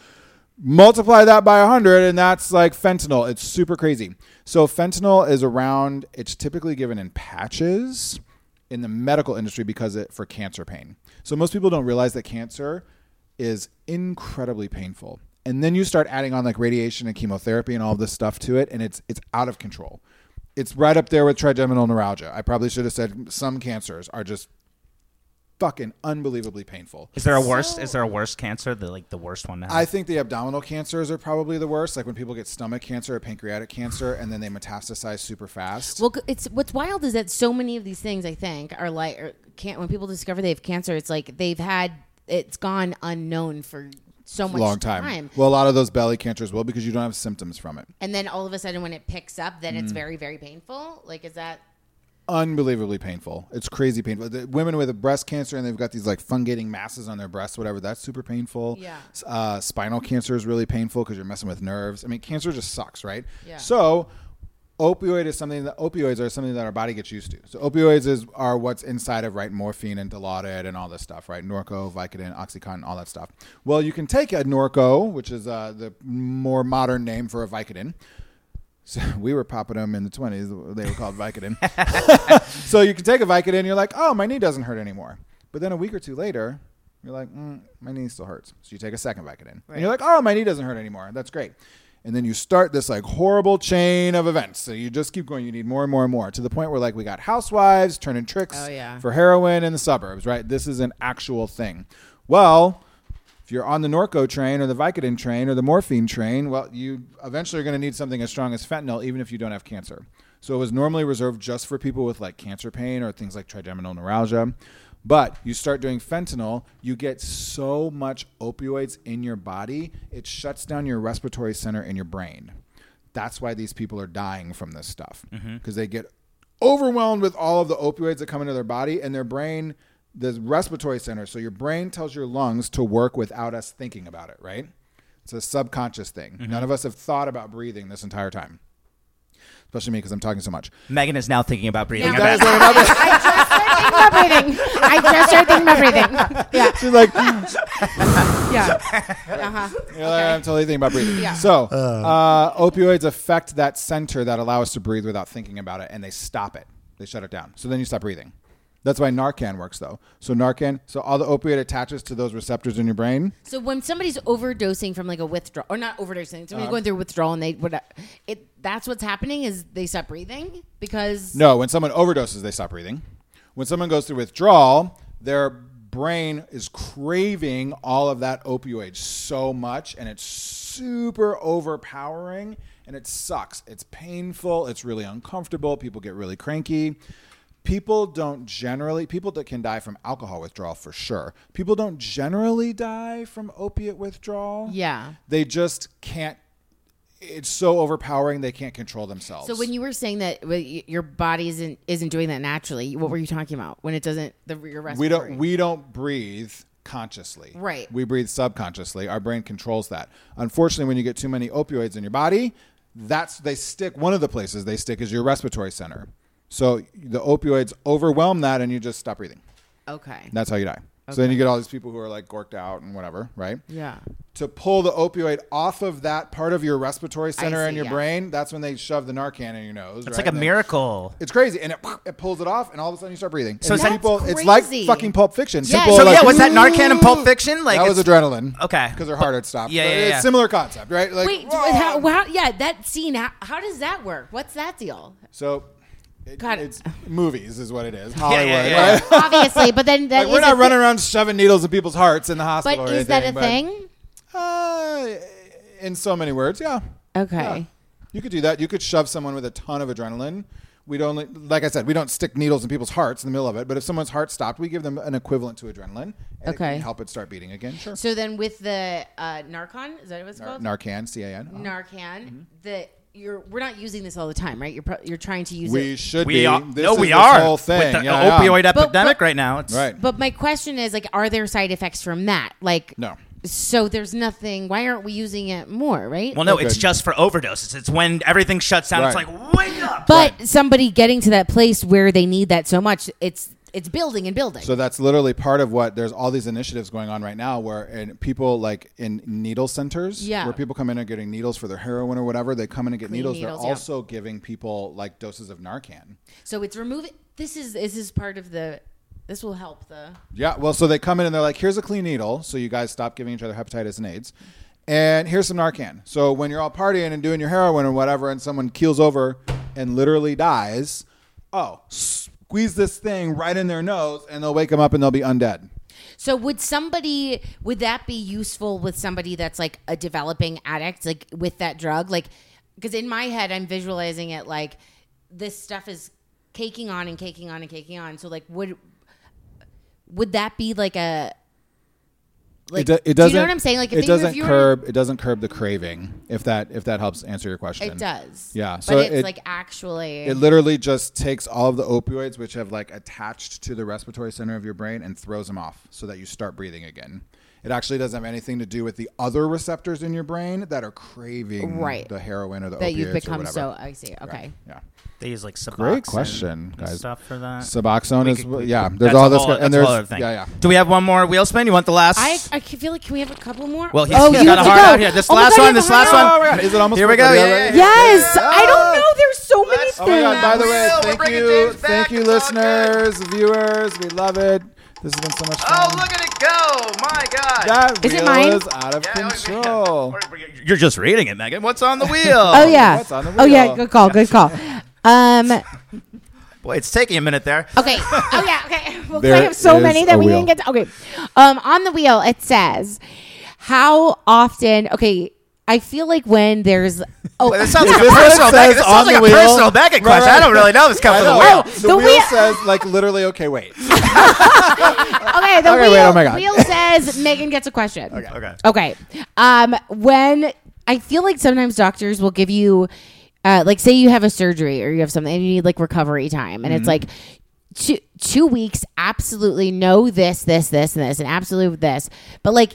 C: multiply that by 100, and that's like fentanyl. It's super crazy. So fentanyl is around, it's typically given in patches in the medical industry because it for cancer pain. So most people don't realize that cancer is incredibly painful. And then you start adding on like radiation and chemotherapy and all this stuff to it, and it's it's out of control. It's right up there with trigeminal neuralgia. I probably should have said some cancers are just fucking unbelievably painful.
B: Is there a worse? Is there a worse cancer? The like the worst one. To have?
C: I think the abdominal cancers are probably the worst, like when people get stomach cancer or pancreatic cancer and then they metastasize super fast.
A: Well, c- it's what's wild is that so many of these things I think are like are can't when people discover they have cancer, it's like they've had it's gone unknown for so much
C: long time. Well, a lot of those belly cancers will because you don't have symptoms from it.
A: and then all of a sudden when it picks up, then
C: Mm.
A: it's very very painful. Like is that
C: unbelievably painful. It's crazy painful. The women with breast cancer and they've got these like fungating masses on their breasts, whatever. That's super painful.
A: Yeah.
C: S- Uh, spinal cancer is really painful because you're messing with nerves. I mean, cancer just sucks, right?
A: Yeah.
C: So, opioid is something that opioids are something that our body gets used to. So opioids is are what's inside of right morphine and Dilaudid and all this stuff, right? Norco, Vicodin, OxyContin, all that stuff. Well, you can take a Norco, which is uh, the more modern name for a Vicodin. So we were popping them in the 20s. They were called Vicodin. so you can take a Vicodin and you're like, oh, my knee doesn't hurt anymore. But then a week or two later, you're like, mm, my knee still hurts. So you take a second Vicodin and you're like, oh, my knee doesn't hurt anymore. That's great. And then you start this like horrible chain of events. So you just keep going. You need more and more and more to the point where like we got housewives turning tricks
A: Oh, yeah.
C: for heroin in the suburbs, right? This is an actual thing. Well, If you're on the Norco train or the Vicodin train or the morphine train, well, you eventually are going to need something as strong as fentanyl, even if you don't have cancer. So it was normally reserved just for people with like cancer pain or things like trigeminal neuralgia. But you start doing fentanyl, you get so much opioids in your body, it shuts down your respiratory center in your brain. That's why these people are dying from this stuff because they get overwhelmed with all of the opioids that come into their body and their brain, the respiratory center. So your brain tells your lungs to work without us thinking about it, right? It's a subconscious thing. None of us have thought about breathing this entire time, especially me because I'm talking so much.
B: Megan is now thinking about breathing.
A: Yeah.
B: I
A: That
B: bet.
C: Guys, another-
A: Thinking about breathing. I just started thinking about breathing. Yeah,
C: She's like,
A: yeah. Uh-huh.
C: You're like, I'm totally thinking about breathing.
A: Yeah.
C: So, uh, opioids affect that center that allow us to breathe without thinking about it, and they stop it. They shut it down. So then you stop breathing. That's why Narcan works, though. So Narcan, so all the opioid attaches to those receptors in your brain.
A: So when somebody's overdosing from like a withdrawal, or not overdosing, somebody's
C: Uh-huh.
A: going through withdrawal and they what it that's what's happening is they stop breathing because
C: No, when someone overdoses, they stop breathing. When someone goes through withdrawal, their brain is craving all of that opioid so much and it's super overpowering and it sucks. It's painful, it's really uncomfortable, people get really cranky. People don't generally people that can die from alcohol withdrawal for sure. People don't generally die from opiate withdrawal.
A: yeah.
C: They just can't it's so overpowering they can't control themselves.
A: So when you were saying that well, y- your body isn't isn't doing that naturally, what were you talking about when it doesn't the your
C: we
A: respiratory?
C: don't we don't breathe consciously
A: Right.
C: we breathe subconsciously our brain controls that unfortunately when you get too many opioids in your body that's they stick one of the places they stick is your respiratory center so the opioids overwhelm that and you just stop breathing
A: okay.
C: that's how you die so then you get all these people who are like gorked out and whatever right
A: Yeah.
C: to pull the opioid off of that part of your respiratory center
A: see,
C: in your
A: yeah.
C: brain that's when they shove the narcan in your nose
B: It's
C: right?
B: like a
C: And they-
B: miracle.
C: it's crazy, and it, it pulls it off, and all of a sudden you start breathing. So
B: it's-
C: people,
A: That's
C: it's like
A: crazy.
C: fucking Pulp Fiction.
A: Yeah,
C: Simple,
A: it's
B: So
C: like,
B: yeah, was that Narcan and Pulp Fiction? Like
C: that was
B: it's-
C: adrenaline.
B: Okay.
C: because her heart had stopped.
B: Yeah,
C: But
B: yeah,
C: it's
B: yeah.
C: similar concept, right? Like,
A: Wait,
C: whoa.
A: how, how, yeah, that scene. How, how does that work? What's that deal?
C: so it,
A: God.
C: it's movies is what it is.
B: yeah,
C: Hollywood.
B: yeah.
C: right?
A: Obviously, but then that
C: Like, we're
A: is a
C: not running
A: thi-
C: around shoving needles in people's hearts in the hospital.
A: But
C: or
A: is that a
C: anything, but,
A: thing?
C: Uh, in so many words, yeah.
A: Okay.
C: Yeah. You could do that. You could shove someone with a ton of adrenaline. We don't, like I said, we don't stick needles in people's hearts in the middle of it. But if someone's heart stopped, we give them an equivalent to adrenaline. And It
A: Okay.
C: can help it start beating again. Sure.
A: So then, with the uh, Narcon, is that what it's called?
C: Narcan, C A N. Uh,
A: Narcan.
C: mm-hmm.
A: The you're we're not using this all the time, right? You're pro- you're trying to use
C: We
A: it.
C: should
B: we
C: be.
B: are.
C: This
B: no,
C: is
B: we
C: this
B: are.
C: Whole thing.
B: With the
C: Yeah, yeah.
B: opioid
A: But-
B: epidemic
A: but-
B: right now. It's,
C: Right.
A: But my question is, like, are there side effects from that? Like,
C: No.
A: So there's nothing. Why aren't we using it more? Right.
B: Well, no,
C: Okay.
B: it's just for overdoses. It's when everything shuts down. It's
C: Oh, Right.
B: like wake up.
A: but somebody getting to that place where they need that so much, it's it's building and building.
C: So that's literally part of what there's all these initiatives going on right now where and people like in needle centers
A: Yeah.
C: where people come in and getting needles for their heroin or whatever they come in and get needles,
A: needles,
C: they're
A: yeah.
C: also giving people like doses of Narcan.
A: So it's removing. This is this is part of the. This will help the.
C: Yeah, well so they come in and they're like here's a clean needle so you guys stop giving each other hepatitis and AIDS and here's some Narcan. So when you're all partying and doing your heroin or whatever and someone keels over and literally dies, oh, squeeze this thing right in their nose and they'll wake them up and they'll be undead.
A: So would somebody would that be useful with somebody that's like a developing addict, like with that drug, like because in my head I'm visualizing it like this stuff is caking on and caking on and caking on. So like would would that be like a like
C: it, do- it
A: do
C: doesn't.
A: you know what I'm saying? Like if
C: it
A: they-
C: doesn't
A: if you were-
C: curb. It doesn't curb the craving. If that if that helps answer your question,
A: it does.
C: Yeah,
A: So
C: so
A: but it's
C: it-
A: like actually
C: It literally just takes all of the opioids which have like attached to the respiratory center of your brain and throws them off so that you start breathing again. It actually doesn't have anything to do with the other receptors in your brain that are craving
A: Right.
C: the heroin or the
A: that
C: opioids
A: you've
C: or
A: become
C: whatever.
A: so I see. Okay.
C: Yeah.
B: They use like Suboxone.
C: Great question,
B: and
C: guys.
B: Stuff for that.
C: Suboxone
B: We
C: is
B: could- we
C: yeah.
B: could-
C: There's
B: that's
C: all
B: a
C: this
B: whole-
C: co- and
B: that's a
C: there's
B: wheel thing.
C: yeah yeah.
B: Do we have one more wheel spin? You want the last?
A: I, I feel like can we have a couple more?
B: well, he's,
A: Oh,
B: he's
A: you
B: got a
A: have to
B: hard
A: go.
B: out here. This
A: Oh my
B: last
A: God, I
B: one.
A: have a
B: This last
A: hard
B: one.
A: out.
C: Oh my god! Is it almost?
B: Here we go,
C: four thirty
B: yeah,
C: already?
B: yeah,
A: Yes, I don't know. There's so many
B: Let's-
A: things.
C: Oh my god, by the way,
B: Will, we're
C: thank
B: bringing
C: you.
B: James back.
C: Thank you,
B: It's all good.
C: listeners, viewers. We love it. This has been so much
A: Oh,
C: fun.
B: Oh, at it go! My God.
C: That
A: Is it
C: wheel
A: mine?
C: is out of control.
B: You're just reading it, Megan. What's on the wheel?
A: Oh yeah.
C: That's on the
A: Oh yeah.
C: wheel.
A: Good call. Good call. Um.
B: Boy, it's taking a minute there.
A: Okay. Oh yeah. Okay. Well, 'cause
C: There
A: I have so
C: is
A: many that
C: a
A: we
C: wheel.
A: didn't get. To, okay. Um. On the wheel, it says, How often? Okay, I feel like when there's oh,
B: That sounds like a
C: Is this what it
B: personal. Back,
C: says
B: that
C: on
B: sounds like
C: the
B: a
C: wheel?
B: personal Beckett
C: Right,
B: question. I
C: right.
B: don't really know. This comes
C: I
B: from the
C: know.
B: wheel.
C: The,
A: The
C: wheel,
A: wheel-
C: says like literally. Okay, wait.
A: okay, the
C: Okay,
A: wheel,
C: wait, oh my God.
A: wheel says Megan gets a question.
C: Oh.
A: Okay.
B: Okay.
A: Okay. Um, when I feel like sometimes doctors will give you, uh, like, say you have a surgery or you have something and you need like recovery time, and it's like two two weeks, absolutely no this, this, this, and this, and absolutely this. But like,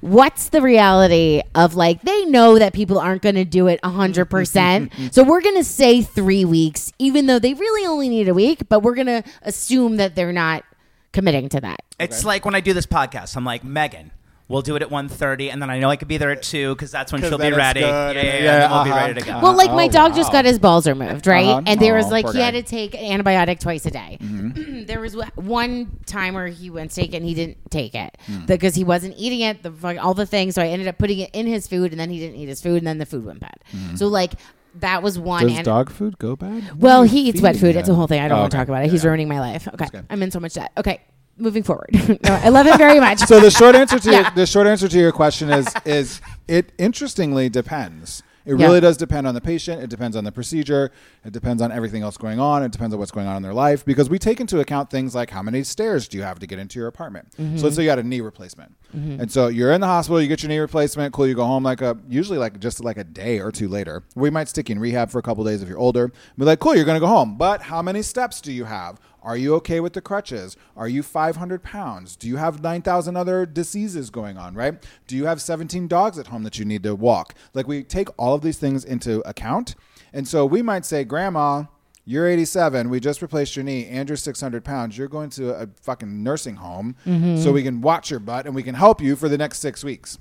A: what's the reality of like they know that people aren't going to do it hundred percent, so we're going to say three weeks, even though they really only need a week, but we're going to assume that they're not committing to that.
B: It's like when I do this podcast, I'm like Megan. We'll do it at 1.30, and then I know I could be there at two because that's when
C: 'Cause
B: she'll
C: then
B: be
C: it's
B: ready. Yeah,
C: good,
B: yeah, yeah,
C: and- yeah,
B: and then we'll be
C: uh-huh.
B: ready to go.
A: Well, like
C: Oh,
A: my dog
C: wow.
A: just got his balls removed, right?
C: Uh-huh.
A: And there was
C: Oh,
A: like
C: poor
A: he had
C: guy. Mm-hmm.
A: to take an antibiotic twice a day. there was one time where he went to take it and he didn't take it
C: Hmm.
A: because he wasn't eating it, the fuck- all the things. So I ended up putting it in his food, and then he didn't eat his food, and then the food went bad. So like that was one.
C: Mm-hmm. Does
A: and-
C: dog food go bad?
A: well, he eats wet food.
C: Yeah.
A: It's a whole thing. I don't
C: Oh,
A: want to
C: okay.
A: talk about it. He's ruining my life. Okay,
C: good.
A: I'm in so much debt. Okay, moving forward. no, I love him very much.
C: So the short answer to
A: Yeah.
C: your, the short answer to your question is is it interestingly depends. It
A: Yeah.
C: really does depend on the patient. It depends on the procedure. It depends on everything else going on. It depends on what's going on in their life because we take into account things like how many stairs do you have to get into your apartment.
A: Mm-hmm.
C: So let's say you got a knee replacement, and so you're in the hospital, you get your knee replacement, cool. You go home like a usually like just like a day or two later. We might stick you in rehab for a couple days if you're older. Be like, cool, you're gonna go home, but how many steps do you have? Are you okay with the crutches? Are you 500 pounds? Do you have 9,000 other diseases going on, right? Do you have 17 dogs at home that you need to walk? Like, we take all of these things into account. And so we might say, Grandma, you're 87. We just replaced your knee and you're 600 pounds. You're going to a fucking nursing home so we can watch your butt and we can help you for the next six weeks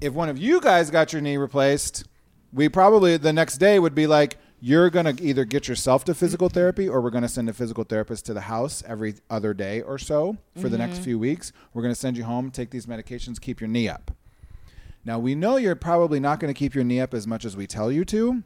C: if one of you guys got your knee replaced, we probably the next day would be like, you're going to either get yourself to physical therapy or we're going to send a physical therapist to the house every other day or so for the next few weeks. We're going to send you home, take these medications, keep your knee up. Now, we know you're probably not going to keep your knee up as much as we tell you to,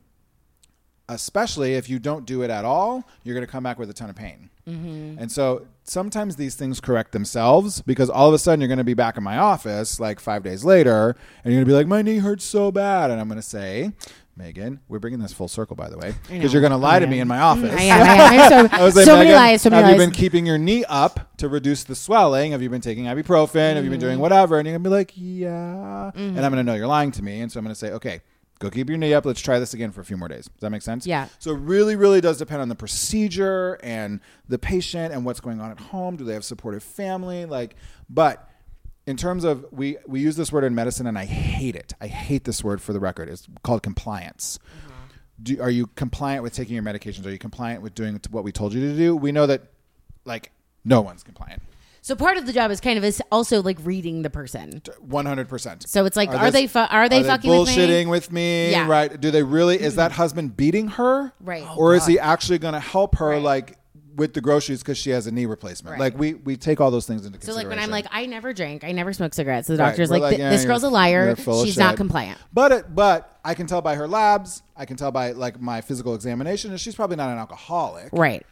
C: especially if you don't do it at all, you're going to come back with a ton of pain.
A: Mm-hmm.
C: And so sometimes these things correct themselves because all of a sudden you're going to be back in my office like five days later and you're going to be like, my knee hurts so bad. And I'm going to say, Megan, we're bringing this full circle, by the way, because you're going to lie to me in my office.
A: I am, I am.
C: I
A: I'm
C: was
A: so
C: like,
A: so many
C: Megan,
A: lies. So many
C: have
A: lies.
C: you been keeping your knee up to reduce the swelling? Have you been taking ibuprofen? Have you been
A: Mm.
C: doing whatever? And you're gonna be like, yeah. And
A: Mm-hmm.
C: I'm gonna know you're lying to me, and so I'm gonna say, okay, go keep your knee up. Let's try this again for a few more days. Does that make sense?
A: Yeah.
C: So it really, really does depend on the procedure and the patient and what's going on at home. Do they have supportive family? Like, but in terms of we we use this word in medicine, and I hate it. I hate this word for the record. It's called compliance do, are you compliant with taking your medications? Are you compliant with doing what we told you to do? We know that, like, no one's compliant.
A: so part of the job is kind of is also like reading the person.
C: One hundred percent.
A: So it's like, are they fu- are they fucking with me?
C: bullshitting with me?
A: Yeah.
C: Right? Do they really? Is that husband beating her?
A: Right. Oh,
C: or is he actually going to help her
A: Right.
C: like with the groceries because she has a knee replacement?
A: Right.
C: Like we we take all those things into
A: So
C: consideration.
A: like when I'm like, I never drank, I never smoked cigarettes. The
C: Right.
A: doctor's
C: We're
A: like, "Th-
C: yeah,
A: this
C: you're-
A: girl's a liar.
C: you're full of
A: She's not
C: shit.
A: compliant.
C: But it, but I can tell by her labs. I can tell by like my physical examination, and she's probably not an alcoholic.
A: Right.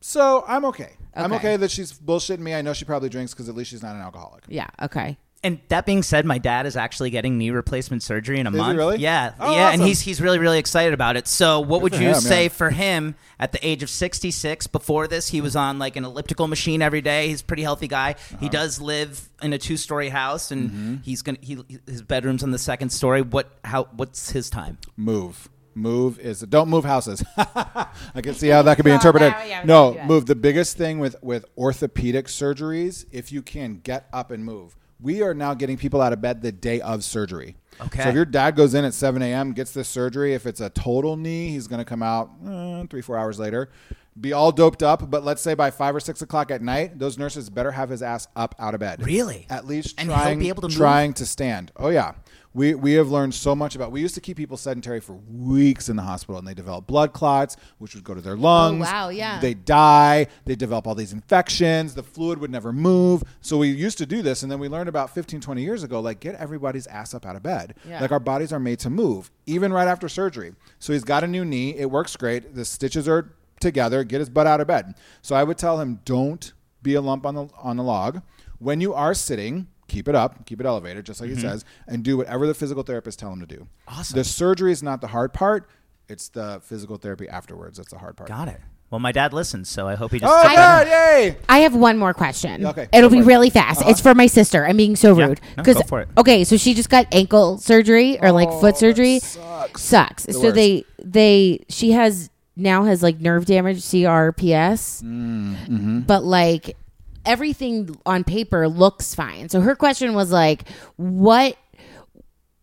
C: So I'm okay. I'm
A: Okay.
C: okay that she's bullshitting me. I know she probably drinks because at least she's not an alcoholic.
A: Yeah. Okay.
B: And that being said, my dad is actually getting knee replacement surgery in a
C: he
B: month.
C: really?
B: Yeah,
C: Oh,
B: yeah, and
C: awesome.
B: he's he's really really excited about it. So, what would
C: for
B: you
C: him,
B: say
C: yeah.
B: for him at the age of sixty six? Before this, he was on like an elliptical machine every day. He's a pretty healthy guy.
C: Uh-huh.
B: He does live in a two story house, and
C: Mm-hmm.
B: he's gonna he, his bedroom's on the second story. What how what's his time?
C: Move. Move is don't move houses. I can see how that could be interpreted.
A: Oh, yeah, yeah, we
C: no,
A: can do that.
C: move. The biggest thing with with orthopedic surgeries, if you can get up and move, we are now getting people out of bed the day of surgery.
B: Okay.
C: So if your dad goes in at 7 a.m., gets this surgery, if it's a total knee, he's going to come out eh, three, four hours later, be all doped up. But let's say by five or six o'clock at night, those nurses better have his ass up out of bed.
B: Really?
C: At least
B: And he'll
C: trying,
B: be able to move?
C: trying to stand. Oh yeah, we we have learned so much about. We used to keep people sedentary for weeks in the hospital, and they develop blood clots, which would go to their lungs.
A: Oh, wow, yeah.
C: They die. They develop all these infections. The fluid would never move. So we used to do this, and then we learned about 15, 20 years ago, like get everybody's ass up out of bed.
A: Yeah.
C: Like our bodies are made to move, even right after surgery. So he's got a new knee. It works great. The stitches are together. Get his butt out of bed. So I would tell him, don't be a lump on the on the log. When you are sitting, keep it up, keep it elevated, just like he says, and do whatever the physical therapist tell him to do.
B: Awesome.
C: The surgery is not the hard part; it's the physical therapy afterwards that's the hard part.
B: Got it. Well, my dad listens, so I hope he just.
C: Oh,
A: I-
C: God, yay!
A: I have one more question.
C: Yeah, okay.
A: It'll be
C: Go for it. Uh-huh.
A: really fast. It's for my sister. I'm being so
B: Yeah.
A: rude.
B: No,
A: Cause,
B: go for it.
A: Okay, so she just got ankle surgery or like
C: Oh,
A: foot
C: that
A: surgery.
C: sucks.
A: Sucks. so
C: worst.
A: they they she has now has like nerve damage, CRPS.
C: Mm, mm-hmm.
A: But like everything on paper looks fine. So her question was like, what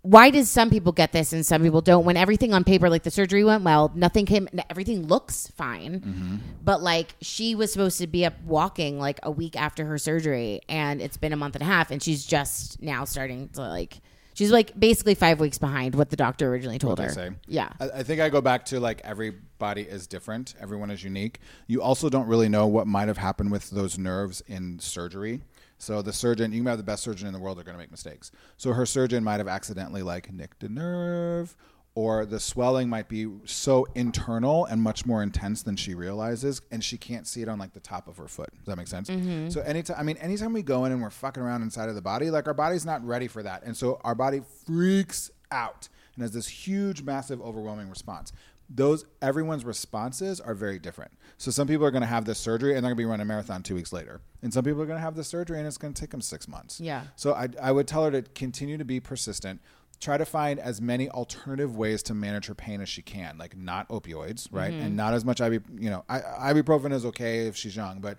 A: why does some people get this and some people don't when everything on paper like the surgery went well nothing came everything looks fine
C: Mm-hmm.
A: but like she was supposed to be up walking like a week after her surgery and it's been a month and a half and she's just now starting to like she's like basically five weeks behind what the doctor originally told
C: they
A: her
C: say. Uh,
A: yeah
C: I, I think I go back to like everybody is different. Everyone is unique. You also don't really know what might have happened with those nerves in surgery. So the surgeon, you can have the best surgeon in the world, they're going to make mistakes. So her surgeon might have accidentally like nicked a nerve, or the swelling might be so internal and much more intense than she realizes, and she can't see it on like the top of her foot. Does that make sense? So anytime, I mean, anytime we go in and we're fucking around inside of the body, like our body's not ready for that, and so our body freaks out and has this huge, massive, overwhelming response. Those everyone's responses are very different. So some people are going to have this surgery and they're going to be running a marathon two weeks later, and some people are going to have the surgery and it's going to take them six months.
A: Yeah.
C: So I, I would tell her to continue to be persistent. Try to find as many alternative ways to manage her pain as she can, like not opioids, right, and not as much ibu. You know, I, ibuprofen is okay if she's young, but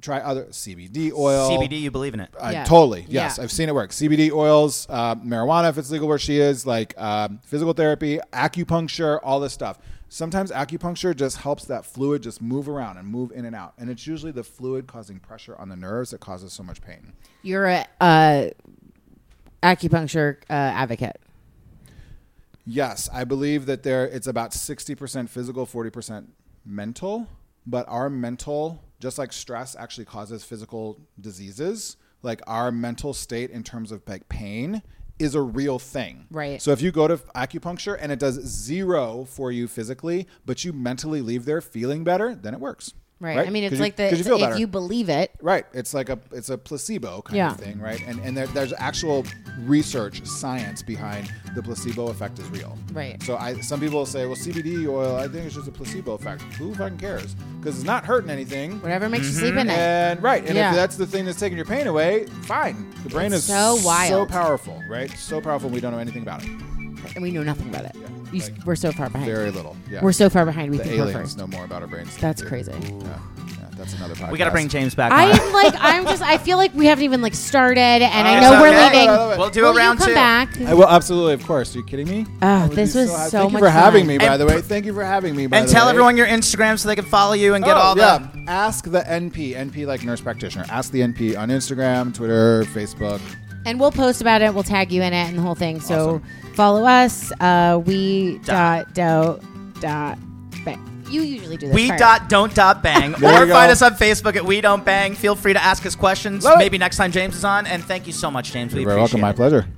C: try other CBD oil.
B: CBD, you believe in it?
C: Uh,
A: Yeah.
C: Totally. Yes.
A: Yeah.
C: I've seen it work. CBD oils, uh, marijuana, if it's legal where she is, like um, physical therapy, acupuncture, all this stuff. Sometimes acupuncture just helps that fluid just move around and move in and out. And it's usually the fluid causing pressure on the nerves that causes so much pain.
A: you're a uh, acupuncture uh, advocate
C: Yes, I believe that there it's about 60% physical, 40% mental, but our mental just like stress actually causes physical diseases, like our mental state in terms of like pain is a real thing.
A: Right.
C: So if you go to acupuncture and it does zero for you physically, but you mentally leave there feeling better, then it works.
A: right, i mean
C: 'Cause
A: it's
C: you-
A: like
C: 'cause
A: the
C: you feel
A: if
C: better.
A: you believe it
C: Right. It's like a it's a placebo kind
A: Yeah.
C: of thing, right? And and there, there's actual research science behind the placebo effect is real.
A: Right.
C: So I some people say, well, CBD oil, I think it's just a placebo effect. Who fucking cares? Because it's not hurting anything.
A: whatever makes you
C: Mm-hmm.
A: sleep at night
C: And right, and
A: Yeah.
C: if that's the thing that's taking your pain away, fine. The brain
A: It's
C: is
A: so wild. powerful,
C: powerful, right? So powerful, we don't know anything about it.
A: and we know nothing about it You s-
C: like,
A: we're so far behind
C: Very little. Yeah.
A: we're so far behind we
C: the
A: think we're first
C: aliens know more about our brains. than
A: That's
C: we do.
A: crazy.
C: Yeah. yeah, that's another podcast.
B: We got to bring James back.
A: I
B: on.
A: am like I'm just I feel like we haven't even like started and I
B: It's
A: know we're
B: okay.
A: leaving.
C: I love it.
B: Oh, We'll do
A: Will
B: a round
A: you come
B: two.
A: back?
C: I will absolutely, of course. Are you kidding me? I would
A: Ah, this
C: be
A: was
C: ha-
A: so
C: Thank
A: much
C: you for having
A: fun.
C: me, by
B: And
C: the
B: pr-
C: way. Thank you for having me. By
B: and
C: the
B: tell
C: way.
B: everyone your Instagram so they can follow you and get
C: Oh,
B: all the.
C: yeah. Ask the NP, NP like nurse practitioner. Ask the NP on Instagram, Twitter, Facebook.
A: And we'll post about it. We'll tag you in it and the whole thing. So
C: Awesome.
A: follow us. Uh, we
B: Dot.
A: dot dot dot. Bang. You usually do this.
B: We
A: part.
B: dot don't dot bang or
C: There you
B: find
C: go.
B: us on Facebook at we don't bang. Feel free to ask us questions.
C: Love it.
B: Maybe next time James is on. And thank you so much, James.
C: You're
B: we
C: very
B: appreciate it.
C: welcome. My pleasure.